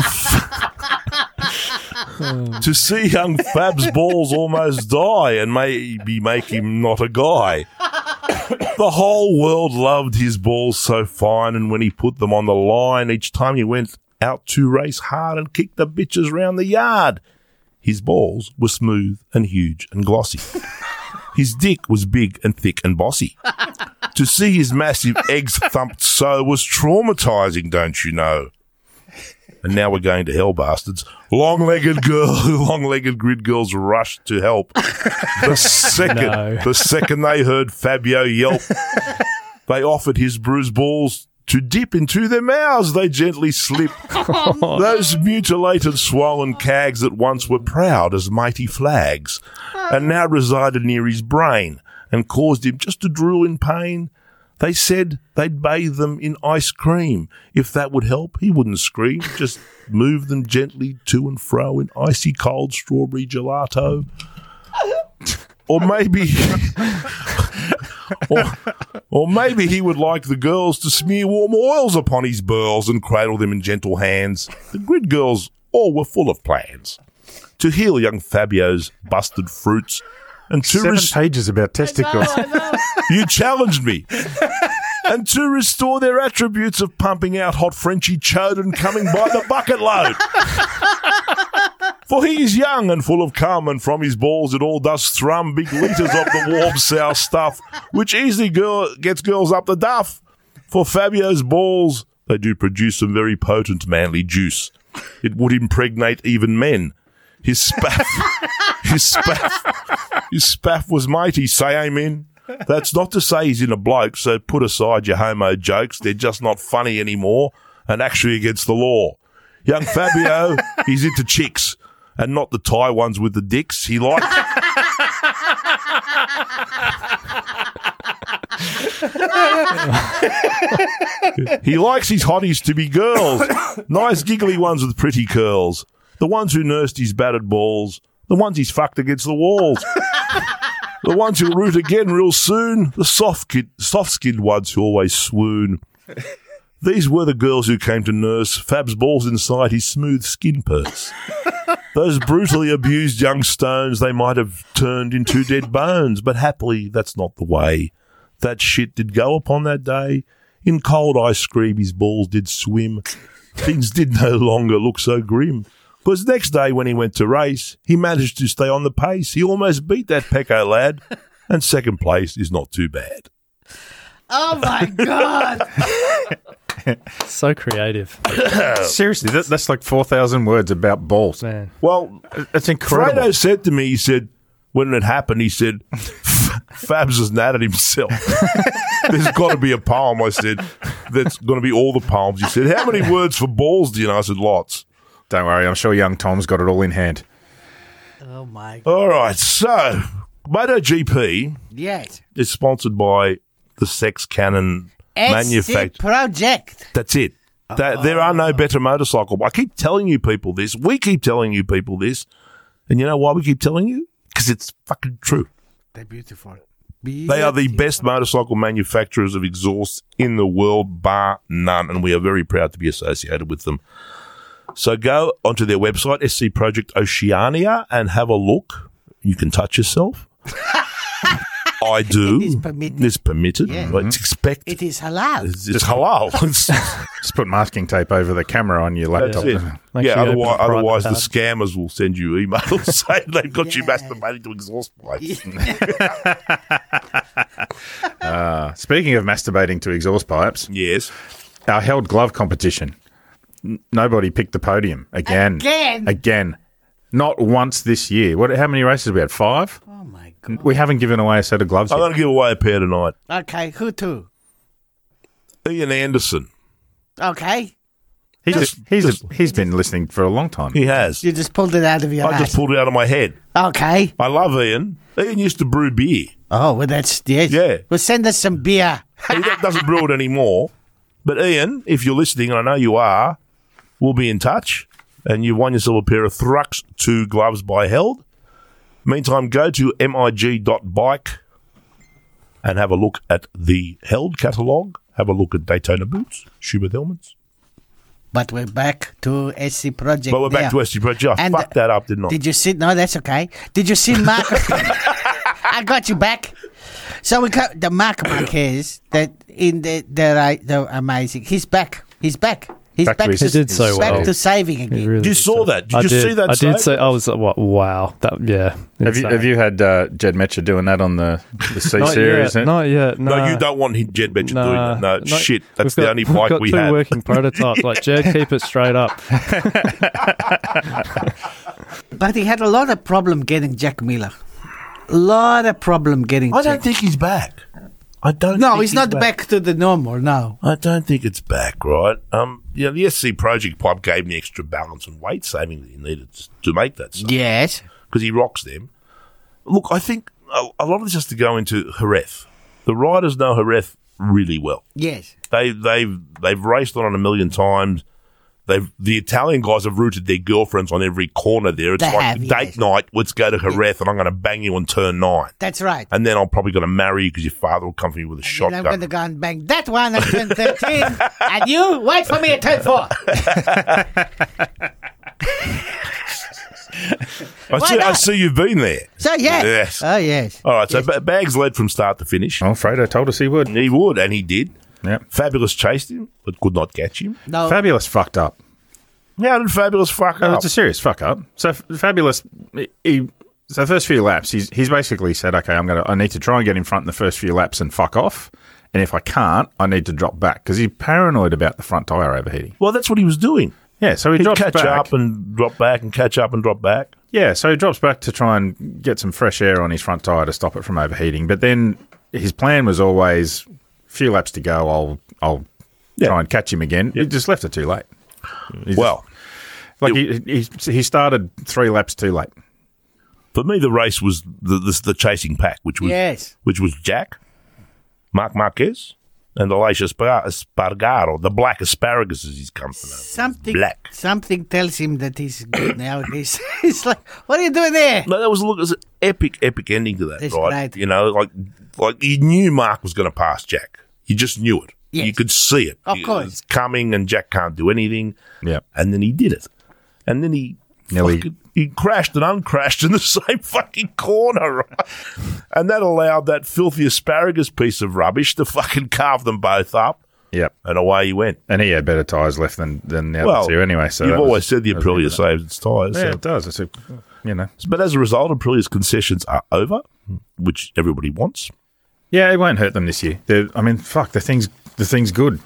S3: to see young Fab's balls almost die and maybe make him not a guy. <coughs> the whole world loved his balls so fine, and when he put them on the line, each time he went out to race hard and kicked the bitches round the yard, his balls were smooth and huge and glossy. His dick was big and thick and bossy. to see his massive <laughs> eggs thumped so was traumatizing, don't you know? And now we're going to hell, bastards. Long-legged girl, <laughs> long-legged grid girls rushed to help. The second,
S4: No.
S3: the second they heard Fabio yelp, they offered his bruised balls to dip into their mouths. They gently slipped. Those mutilated, swollen cags that once were proud as mighty flags, and now resided near his brain and caused him just to drool in pain. They said they'd bathe them in ice cream. If that would help, he wouldn't scream. Just move them gently to and fro in icy cold strawberry gelato. Or maybe. <laughs> or, or maybe he would like the girls to smear warm oils upon his burls and cradle them in gentle hands. The grid girls all were full of plans. To heal young Fabio's busted fruits, and to
S1: Seven
S3: res-
S1: pages about
S2: Oh,
S1: testicles.
S3: you challenged me. And to restore their attributes of pumping out hot Frenchy children coming by the bucket load. For he is young and full of cum, and from his balls it all does thrum big litres of the warm sour stuff, which easily girl- gets girls up the duff. For Fabio's balls, they do produce some very potent manly juice. It would impregnate even men. His spaff, <laughs> his spaff, his spaff was mighty, say amen. That's not to say he's in a bloke, so put aside your homo jokes. They're just not funny anymore and actually against the law. Young Fabio, he's into chicks and not the Thai ones with the dicks. He likes. he likes his hotties to be girls. Nice giggly ones with pretty curls. The ones who nursed his battered balls. The ones he's fucked against the walls. The ones who'll root again real soon. The soft kid, soft-skinned ones who always swoon. These were the girls who came to nurse Fab's balls inside his smooth skin purse. Those brutally abused young stones they might have turned into dead bones, but happily that's not the way. That shit did go upon that day. In cold ice cream his balls did swim. Things did no longer look so grim. Because next day when he went to race, he managed to stay on the pace. He almost beat that Pecco lad, and second place is not too bad.
S2: Oh my god!
S4: So creative,
S1: Oh, Seriously, that, that's like 4,000 words about balls.
S4: man.
S3: Well,
S1: That's incredible.
S3: Fredo said to me, he said, when it happened, he said, Fabs is mad at himself. <laughs> There's got to be a poem, I said, that's going to be all the poems. He said, how many words for balls do you know? I said, lots.
S1: Don't worry, I'm sure young Tom's got it all in hand.
S2: Oh my god!
S3: All right, so MotoGP
S2: Yes,
S3: is sponsored by the Sex Cannon
S2: it's
S3: Manufacturer.
S2: project.
S3: That's it. That, there are no better motorcycle. I keep telling you people this. We keep telling you people this. And you know why we keep telling you? Because it's fucking true.
S2: They're beautiful.
S3: They are the best motorcycle manufacturers of exhausts in the world, bar none, and we are very proud to be associated with them. So go onto their website, SC Project Oceania, and have a look. You can touch
S4: <laughs>
S3: yourself. I do.
S2: It is permitted.
S3: It's permitted. Well,
S4: Mm-hmm.
S3: It's expected.
S2: It is halal.
S3: It's, it's halal. It's-
S1: Just put masking tape over the camera on your
S3: <laughs> that's
S1: laptop.
S3: it.
S4: Make
S3: yeah,
S4: sure you
S3: otherwise,
S4: open the private
S3: otherwise the
S4: tab.
S3: scammers will send you emails <laughs> saying they've got you masturbating to exhaust pipes.
S4: <laughs>
S1: Uh, speaking of masturbating to exhaust pipes,
S3: yes.
S1: our held glove competition. N- nobody picked the podium again.
S2: Again?
S1: Again. Not once this year. What? How many races have we had? Five.
S2: Oh my god!
S1: N- We haven't given away a set of gloves
S3: I'm
S1: yet.
S3: going to give away a pair tonight.
S2: Okay, who to?
S3: Ian Anderson.
S2: Okay,
S1: He's
S3: Just-
S1: a- he's a-
S3: just-
S1: he's been listening for a long time.
S3: He has.
S2: you just pulled it out of your
S3: I just
S2: ass.
S3: pulled it out of my head.
S2: okay.
S3: I love Ian. Ian used to brew beer.
S2: Oh, well, that's yes.
S3: Yeah.
S2: Well, send us some beer.
S3: He
S4: <laughs>
S3: do- doesn't brew it anymore. But Ian, if you're listening, and I know you are, we'll be in touch. And you've won yourself a pair of Thrux 2 gloves by Held. Meantime, go to mig.bike and have a look at the Held catalogue. Have a look at Daytona boots, Schubert helmets.
S2: But we're back to SC Project.
S3: But we're back
S2: now.
S3: to SG Project. I
S2: And-
S4: uh,
S3: fucked that up, didn't I?
S2: Did you see? No, that's okay. Did you see Mark? I got you back. So we got the Mark Marquez that in the the right the amazing. He's back. He's back. He's
S1: Back
S2: back,
S1: to his-
S2: to,
S1: He did
S4: so
S2: back
S4: well.
S2: to saving again.
S4: It really
S3: you
S4: is
S3: saw
S4: so-
S3: that? Did
S4: I
S3: you
S4: did.
S3: see that
S4: I
S3: save?
S4: did. Say, I was like, "What? Wow!" That yeah.
S1: Have you,
S4: insane.
S1: have you had uh, Jed Metcher doing that on the, the <laughs> C
S4: Not
S1: series?
S4: yet. Not yet. No,
S3: no, you don't want him, Jed Betcher doing
S4: Nah,
S3: that. No,
S4: no.
S3: shit. That's
S4: We've got-
S3: the only bike
S4: <laughs> we've got
S3: we
S4: two
S3: have.
S4: working prototypes. Like, Jed, keep it straight up.
S3: <laughs>
S2: But he had a lot of problem getting Jack Miller. A lot of problem getting.
S3: I
S2: Jack.
S3: don't think he's back. I don't.
S2: No,
S3: think
S2: he's not back. to the normal. No.
S3: I don't think it's back, right? Um, yeah, the SC Project pipe gave me extra balance and weight saving that he needed to- to make that stuff
S2: Yes.
S3: because he rocks them. Look, I think a, a lot of this has to go into Haref. The riders know Haref really well.
S2: Yes.
S3: They they've they've raced on it a million times. They've the Italian guys have rooted their girlfriends on every corner there. It's
S2: They
S3: like
S2: have,
S3: date
S2: yes.
S3: night. Let's go to Haref, and I'm going to bang you on turn nine,
S2: That's right.
S3: and then I'm probably going to marry you because your father will come for you with a
S2: And I'm
S3: shotgun.
S2: going to go and bang that one at
S1: <laughs>
S2: turn 13. and you, wait for me at turn 4.
S3: I,
S2: Why
S3: see, I
S2: not?
S3: see you've been there.
S2: So yes.
S3: Yes.
S2: Oh yes.
S3: All right, so Ba- Bags led from start to finish.
S1: Oh, Fredo told us he would.
S3: He would, and he did.
S1: Yep.
S3: Fabulous chased him, but could not catch him.
S2: No.
S1: Fabulous fucked up.
S3: How did Fabulous fuck
S1: Oh. No,
S3: up?
S1: it's a serious fuck up. So F- fabulous. He, he- so first few laps, he's he's basically said, okay, I'm gonna, I need to try and get in front in the first few laps and fuck off. And if I can't, I need to drop back because he's paranoid about the front tire overheating.
S3: well, that's what he was doing.
S1: Yeah, so he
S3: He'd
S1: drops
S3: catch
S1: back.
S3: up and drop back and catch up and drop back.
S1: Yeah, so he drops back to try and get some fresh air on his front tire to stop it from overheating. But then his plan was always few laps to go. I'll I'll
S3: Yeah.
S1: try and catch him again. He just left it too late. He
S3: Well,
S1: just- like he, he he started three laps too late.
S3: for me, the race was the, the, the chasing pack, which was
S2: Yes.
S3: which was Jack, Mark Marquez, and Alicia Spar- Spargaro, the black asparagus as he's come to know.
S2: Something.
S3: Black.
S2: Something tells him that he's good now. He's, <laughs> he's like, what are you doing there?
S3: No, that was look, it was an epic, epic ending to that,
S2: That's
S3: right?
S2: great.
S3: You know, like like you knew Mark was going to pass Jack. You just knew it.
S2: Yes.
S3: You could see it.
S2: Of
S3: It
S2: course.
S3: was coming, and Jack can't do anything.
S1: Yeah.
S3: And then he did it. And then he
S1: Nearly-
S3: fucking- he crashed and uncrashed in the <laughs> same fucking corner, right? and that allowed that filthy asparagus piece of rubbish to fucking carve them both up,
S1: Yep.
S3: and away he went.
S1: And he had better tyres left than, than the
S3: Well,
S1: other two anyway. So
S3: you've
S1: that was-
S3: always said the
S1: that was
S3: Aprilia
S1: good.
S3: saves its tyres.
S1: Yeah,
S3: so-
S1: it does. It's a, you know.
S3: But as a result, Aprilia's concessions are over, which everybody wants.
S1: Yeah, it won't hurt them this year. They're, I mean, fuck, the thing's the thing's good.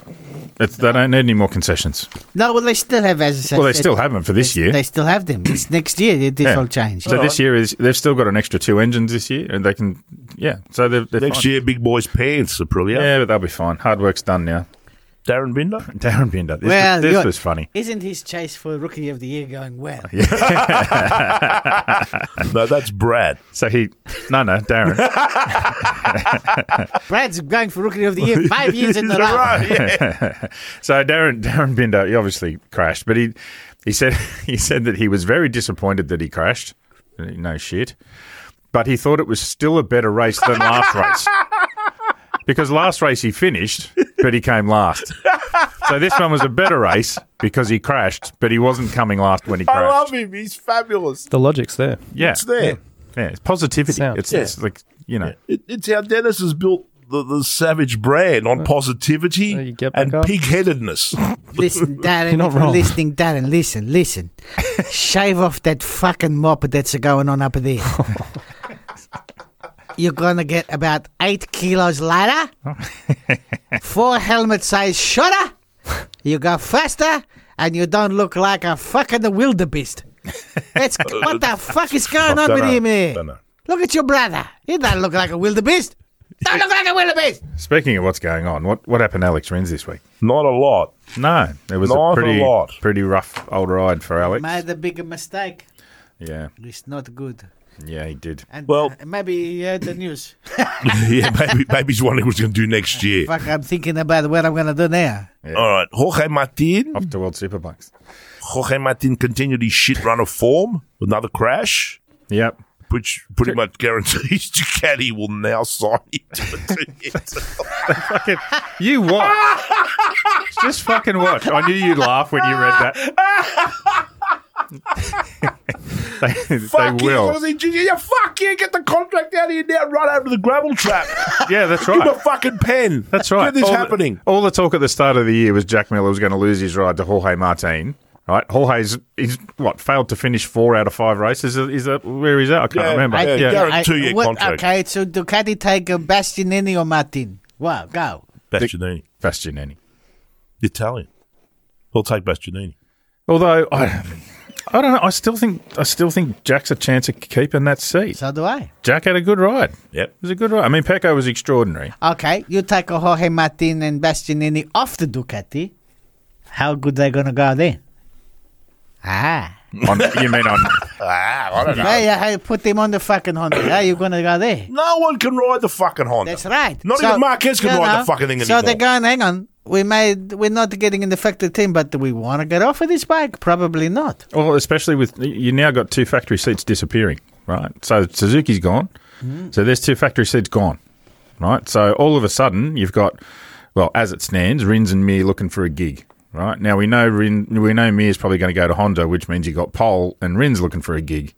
S1: It's, they don't need any more concessions.
S2: No, well, they still have, as I
S1: Well, they
S2: said,
S1: still have them for this year.
S2: They still have them. It's next year. that This
S1: Yeah.
S2: all changed.
S1: So this year is they've still got an extra two engines this year, and they can yeah. So they're, they're
S3: Next
S1: fine.
S3: year, big boys' pants, Aprilia.
S1: yeah, but they'll be fine. Hard work's done now.
S3: Darren Binder.
S1: Darren Binder, this,
S2: Well,
S1: was, this
S2: you're-
S1: was funny.
S2: Isn't his chase for Rookie of the Year going
S1: <laughs>
S2: well?
S3: No, that's Brad.
S1: So he no no Darren.
S2: Brad's going for Rookie of the
S1: <laughs>
S2: Year five years in a row.
S1: so Darren Darren Binder, he obviously crashed, but he he said <laughs> he said that he was very disappointed that he crashed. No shit, but he thought it was still a better race than last race. Because last race he finished, but he came last. So this one was a better race because he crashed, but he wasn't coming last when he crashed.
S3: <laughs> I love him. He's fabulous.
S4: The logic's there.
S1: Yeah.
S3: It's there.
S1: Yeah, it's positivity.
S4: Sound.
S1: It's,
S3: Yeah.
S1: it's like you know.
S3: It, it's how Dennis has built the, the savage brand on
S4: There
S3: positivity
S4: you get
S3: and
S4: back up.
S3: pig headedness.
S1: <laughs>
S2: Listen, Darren,
S4: You're not
S2: if you're
S4: wrong.
S2: listening, Darren, listen, listen. Shave off that fucking mop that's going on up there.
S1: <laughs>
S2: You're gonna get about eight
S1: <laughs>
S2: kilos lighter, four helmet size shorter, you go faster, and you don't look like a fucking wildebeest. That's what
S1: <laughs>
S2: the fuck is going on with
S1: uh,
S2: him here?
S3: Dunno.
S2: Look at your brother. He doesn't look like a wildebeest. Don't look like a wildebeest.
S1: Speaking of what's going on, what what happened, to Alex Rins this week?
S3: <laughs> Not a
S4: <laughs>
S3: lot.
S1: No, it was
S3: Not
S1: a
S3: a
S1: pretty
S3: lot.
S1: pretty rough old ride for Alex.
S2: Made a big mistake.
S1: Yeah,
S2: It's not good.
S1: yeah, he did.
S2: And
S3: Well-
S2: uh, maybe you heard the news.
S3: yeah, maybe, maybe he's wondering what he's going to do next year.
S2: Fuck, I'm thinking about what I'm gonna do now.
S3: All right. Jorge Martin.
S1: Off to World Superbikes.
S3: Jorge Martin continued his shit run of form with another crash.
S1: Yep.
S3: Which pretty much guarantees <laughs> Ducati will now sign him to a
S1: <laughs>
S3: two-year
S1: Fucking, you watch. <laughs> Just fucking watch. I knew you'd laugh when you read that.
S3: <laughs>
S1: they,
S3: Fuck
S1: they
S3: you,
S1: will.
S3: Aussie Junior. Yeah, fuck you. Get the contract out of here now. Right out of the
S1: <laughs>
S3: gravel trap.
S1: Yeah, that's
S3: Give
S1: right.
S3: a fucking pen.
S1: That's right.
S3: Get this
S1: all the-
S3: happening.
S1: all the talk at the start of the year was Jack Miller was going to lose his ride to Jorge Martin. Right, Jorge's he's what failed to finish four out of five races. Is, is that where he's at? I can't
S3: Yeah,
S1: remember.
S3: I-
S1: yeah,
S3: Garrett, two-year contract.
S2: Okay, so Ducati take uh, Bastianini or Martin? Wow, go.
S3: Bastianini,
S1: Bastianini.
S3: the Italian. He'll take Bastianini.
S1: Although I, I don't know. I still think I still think Jack's a chance of keeping that seat.
S2: So do I.
S1: Jack had a good ride. It
S3: Yep.
S1: was a good ride. I mean, Pecco was extraordinary.
S2: Okay, you take a Jorge Martin and Bastianini off the Ducati. How good they gonna go then? Ah,
S1: On, <laughs> you mean on?
S3: Ah, I don't know.
S2: hey, hey, put them on the fucking Honda. How you gonna go there?
S3: No one can ride the fucking Honda.
S2: That's right.
S3: Not even Marquez can
S2: no,
S3: ride
S2: no.
S3: the fucking thing
S2: So
S3: anymore.
S2: they're going, hang on. We made. We're not getting in the factory team, but do we want to get off of this bike? Probably not.
S1: Well, especially with you now got two factory seats disappearing, right? So Suzuki's gone. So there's two factory seats gone, right? So all of a sudden you've got, well, as it stands, Rins and Mir looking for a gig, right? Now we know Rin, we know Mir's probably going to go to Honda, which means you got Pole and Rins looking for a gig.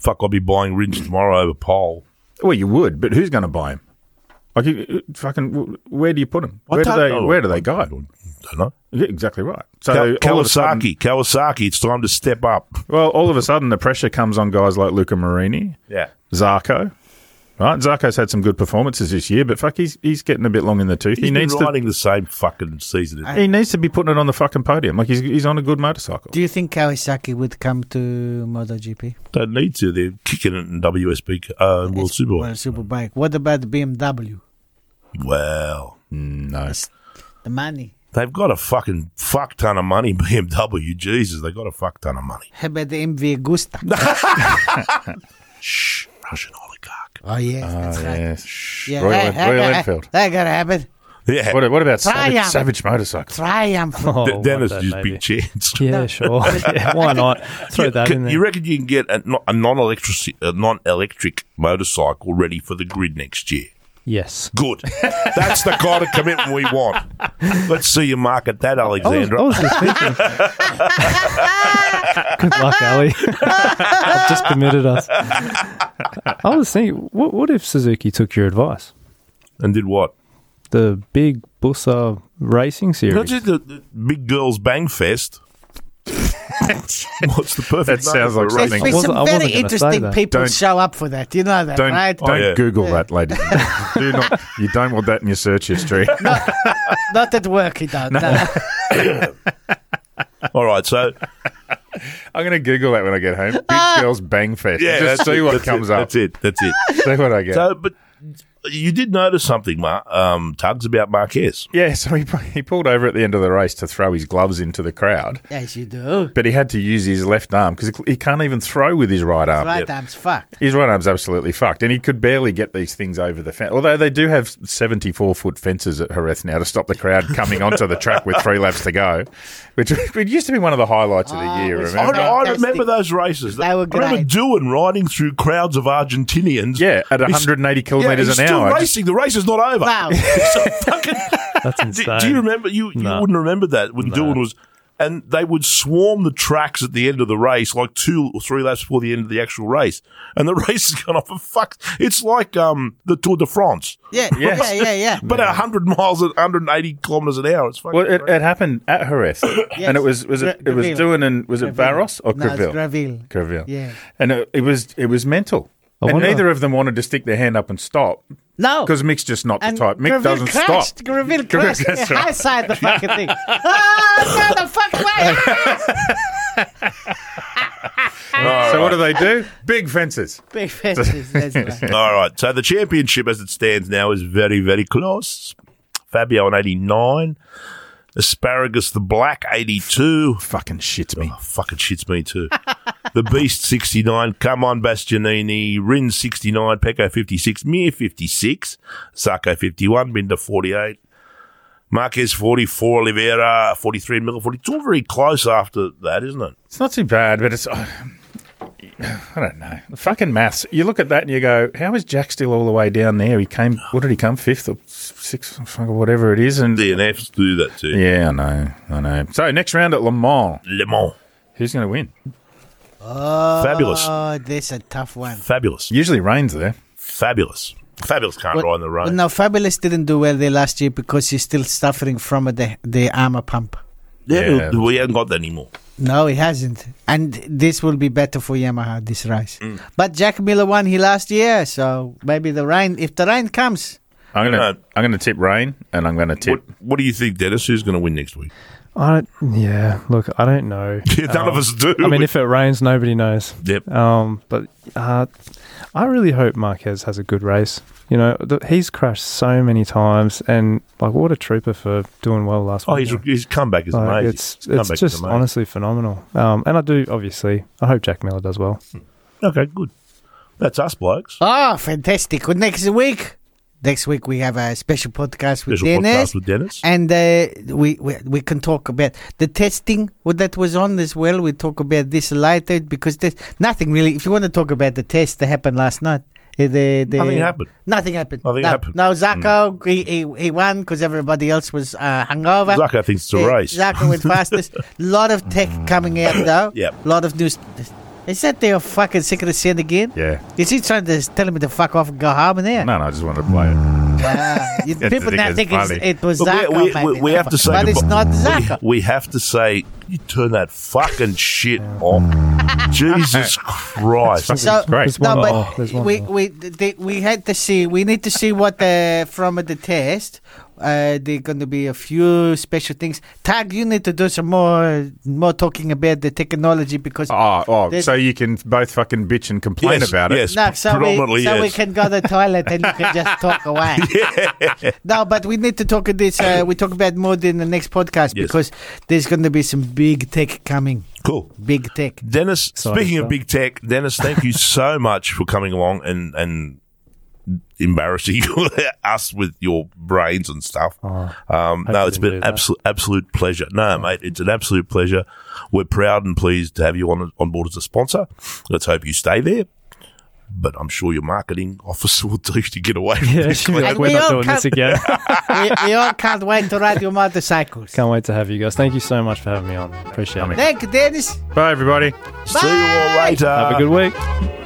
S3: fuck, I'll be buying Ridge tomorrow over Pole.
S1: Well, you would, but who's going to buy him? Like, you- you- fucking, wh- where do you put him?
S3: I
S1: Where do
S3: don't
S1: they?
S3: know.
S1: Where do they
S3: I
S1: go?
S3: don't know.
S1: Yeah, exactly right. So
S3: Ka-
S1: all of a sudden-
S3: Kawasaki, Kawasaki, it's time to step up.
S1: well, all of a sudden the pressure comes on guys like Luca Marini,
S3: Yeah.
S1: Zarko. Right, Zarko's had some good performances this year, but fuck, he's he's getting a bit long in the tooth.
S3: He's
S1: he
S3: been
S1: needs to
S3: riding the same fucking season.
S1: he needs to be putting it on the fucking podium. Like he's he's on a good motorcycle.
S2: Do you think Kawasaki would come to MotoGP?
S3: Don't need to. They're kicking it in WSB uh, World
S2: It's- Well,
S3: Superbike.
S2: Superbike. What about BMW?
S3: Wow.
S1: No,
S2: It's the money.
S3: They've got a fucking fuck ton of money, <laughs> BMW. Jesus, they've got a fuck ton of money.
S2: How about the MV Agusta?
S3: Shh, Russian oligarch.
S2: Oh, yes, that's right.
S1: yes,
S2: Yeah,
S1: Royal,
S2: that, that,
S1: Royal
S2: that- <laughs>
S1: Enfield.
S2: That gotta happen.
S3: Yeah.
S1: What, what about
S2: Triumph.
S1: Savage, Savage Motorcycles?
S2: Triumph.
S4: Oh,
S3: D- Dennis
S4: one day,
S3: just
S4: maybe.
S3: big chance.
S4: Yeah, <laughs> sure. Yeah, why not? Throw
S3: You-
S4: that
S3: can-
S4: in there.
S3: You reckon you can get a, no- a non-electric a non-electric motorcycle ready for the grid next year?
S4: yes. <laughs>
S3: Good. That's the kind of commitment we want. Let's see you market that,
S4: I was,
S3: Alexandra.
S4: I was just thinking. <laughs> Good luck, Ali. <laughs> I've just committed <laughs> us. I was thinking, what, what if Suzuki took your advice?
S3: and did what?
S4: The big Busa racing
S3: That's
S4: series.
S3: it, the, the big girls bang
S4: <laughs>
S3: fest. What's the
S1: That
S3: perfect? name
S1: sounds
S3: for
S1: like
S3: a
S2: There's
S1: something.
S2: been
S4: I wasn't-
S2: some
S4: I wasn't
S2: very
S4: gonna say
S2: interesting
S4: that.
S2: people
S1: Don't-
S2: show up for that. You know that,
S1: Don't
S2: right?
S1: don't
S3: yeah.
S1: Google that, ladies. and
S3: <laughs>
S1: gentlemen. Do not. You don't want that in your search history.
S2: Not at work, you don't. no.
S3: race? All right, so
S1: I'm going to Google that when I get home. Big girls bang fest.
S3: <laughs> Ah. yeah,
S1: just
S3: that's
S1: see
S3: it,
S1: what
S3: that's
S1: comes
S3: it,
S1: up.
S3: That's it. That's it.
S1: See what I get.
S3: <laughs> So, but you did notice something, Mar- um, Tugs, about Marquez.
S1: yeah, so he, he pulled over at the end of the race to throw his gloves into the crowd,
S2: yes, you do.
S1: but he had to use his left arm because he can't even throw with his right arm.
S2: Right arm's fucked.
S1: His right arm's absolutely fucked, and he could barely get these things over the fence. Although they do have 74 foot fences at Jerez now to stop the crowd coming onto the track with three laps to go, which <laughs> it used to be one of the highlights of the
S3: Ah,
S2: Oh,
S1: year,
S2: which-
S1: remember?
S3: I, I
S2: Fantastic.
S3: remember those races.
S2: They were
S3: I remember
S2: great.
S3: Doohan riding through crowds of
S1: <laughs>
S3: Argentinians.
S1: Yeah, at
S3: He's-
S1: 180
S3: Yeah,
S1: kilometres
S3: he's
S1: an
S3: still
S1: hour. Just-
S3: racing. The race is not over.
S2: Wow.
S3: It's a fucking-
S4: That's
S3: do,
S4: insane.
S3: do you remember? You, you
S4: No.
S3: wouldn't remember that when Doohan was. And they would swarm the tracks at the end of the race, like two or three laps before the end of the actual race. And the <laughs> race has gone off a fuck. It's like um, the Tour de France,
S2: Yeah,
S1: <laughs> Yes.
S2: yeah, yeah, yeah.
S3: but at 100 miles at 180 kilometres an hour. It's fucking
S1: Well, it,
S3: crazy.
S1: it happened at
S2: <coughs>
S1: Jerez, and it was was it,
S2: Gra-
S1: it was
S2: Graville.
S1: doing and was it
S2: Graville.
S1: Barros or
S2: No, it's
S1: Greville?
S2: Graville.
S1: Graville.
S2: Yeah.
S1: and it, it was it was mental.
S4: I
S1: and
S4: wonder-
S1: neither of them wanted to stick their hand up and stop
S2: No.
S1: because Mick's just not the
S2: And
S1: type. Mick
S2: Graville
S1: doesn't
S2: crashed.
S1: stop.
S2: Graville
S1: Graville,
S2: crashed.
S1: that's
S2: Yeah,
S1: right.
S2: I saw the fucking
S1: <laughs>
S2: thing. Oh, no, the fuck way.
S1: So what do they do? Big fences.
S2: Big fences. That's
S1: <laughs>
S2: right.
S3: All right. So the championship as it stands now is very, very close. Fabio on 89. Asparagus the Black 82.
S1: Fucking shits me.
S3: Oh, fucking shits
S1: <laughs>
S3: me too. the Beast 69. Come on, Bastianini. Rin 69. Pecco 56. Mir 56. Sacco 51. Binder 48. Marquez 44. Oliveira 43. Miller 40. It's all very close after that, isn't it?
S1: It's not too bad, but it's. <sighs> I don't know. Fucking maths. You look at that and you go, how is Jack still all the way down there? He came, what did he come? Fifth or sixth, or fucking whatever it is. And
S3: DNFs do that too.
S1: Yeah, I know. I know. So next round at Le Mans,
S3: Le Mans.
S1: who's going to win? Uh,
S3: Fabulous.
S2: Oh, this a tough one.
S3: Fabulous.
S1: Usually rains there.
S3: Fabulous. Fabulous can't ride in the rain.
S2: Well, no, Fabulous didn't do well there last year because he's still suffering from the, the armor pump.
S1: Yeah.
S3: Yeah, we haven't got that anymore.
S2: No, he hasn't. And this will be better for Yamaha, this race.
S1: Mm.
S2: But Jack Miller won he last year, so maybe the rain, if the rain comes,
S1: I'm
S3: No,
S1: gonna
S3: no.
S1: I'm gonna tip rain, and I'm gonna
S3: What,
S1: tip.
S3: what do you think, Dennis? Who's going to win next week? <laughs>
S4: I don't, yeah, look, I don't <laughs> know.
S3: Yeah, none of us do.
S4: I mean, if it rains, nobody knows.
S3: Yep.
S4: Um, but uh, I really hope Marquez has a good race. You know, th- he's crashed so many times, and like, what a trooper for doing well last
S3: oh,
S4: week.
S3: his, his comeback is
S4: Like,
S3: amazing.
S4: It's
S3: His comeback
S4: it's
S3: is
S4: just
S3: amazing.
S4: honestly phenomenal. Um, and I do obviously. I hope Jack Miller does well.
S3: Okay, good. That's us, blokes.
S2: oh, fantastic. Well, next week, next week we have a special podcast with
S3: Special
S2: Dennis.
S3: podcast with Dennis.
S2: and uh, we, we we can talk about the testing what that was on as well. We talk about this later because there's nothing really. If you want to talk about the test that happened last night, uh, the, the,
S3: Nothing happened.
S2: Nothing happened.
S3: Nothing
S2: no,
S3: happened. Mm.
S2: No, Zacco he, he, he won because everybody else was uh, hungover.
S3: Zucker thinks it's a
S2: Yeah,
S3: <laughs> race.
S2: Zacco went fastest. lot of tech coming out though.
S3: Yep.
S2: lot of new s- Is that their fucking secret sin again?
S1: Yeah.
S2: Is he trying to tell me to fuck off and go home in there?
S1: No, no, I just wanted to play it.
S3: <laughs>
S2: Ah, you-
S1: That's
S2: people now
S1: ridiculous,
S2: think it's,
S1: funny.
S2: it was
S3: Look, we-
S2: Zarko.
S3: we-
S2: maybe,
S3: we- we
S2: no,
S3: have to say
S2: But it's
S3: goodbye.
S2: not Zarko.
S3: We have to say, you turn that fucking shit off. Jesus Christ.
S2: So,
S1: Great.
S2: no,
S4: one-
S2: but
S4: oh, there's one
S2: we we they, we had to see. We need to see what the from the test. Uh, there going to be a few special things. Tag, you need to do some more more talking about the technology because
S1: Oh, oh
S2: There's-
S1: so you can both fucking bitch and complain
S3: Yes,
S1: about it.
S3: yes.
S2: no, so we so
S3: predominantly
S2: we
S3: yes.
S2: can go to the toilet and you can
S3: <laughs>
S2: just talk away. No, but we need to talk of this. Uh, we talk about more in the next podcast
S3: Yes.
S2: because there's going to be some big tech coming.
S3: <laughs> Cool.
S2: Big tech.
S3: Dennis,
S4: Exciting
S3: speaking of
S4: stuff.
S3: big tech, Dennis, thank
S4: <laughs>
S3: you so much for coming along and, and embarrassing <laughs> us with your brains and stuff. um, no,
S4: Oh, you
S3: it's
S4: didn't
S3: been
S4: do
S3: an
S4: that. Oh.
S3: absolute, absolute pleasure. No, mate, it's an absolute pleasure. We're proud and pleased to have you on, on board as a sponsor. Let's hope you stay there. But I'm sure your marketing <laughs> officer will do to get away from
S4: <laughs> Yeah,
S3: this.
S4: she'll be like,
S2: And
S4: we're
S2: we
S4: not
S2: all
S4: doing this
S2: can't-
S4: again.
S2: we, we all can't wait to ride your motorcycles.
S4: <laughs> Can't wait to have you guys. Thank you so much for having me on. Appreciate it.
S2: Thank you, Dennis.
S1: Bye, everybody.
S3: See you all later.
S4: Have a good week.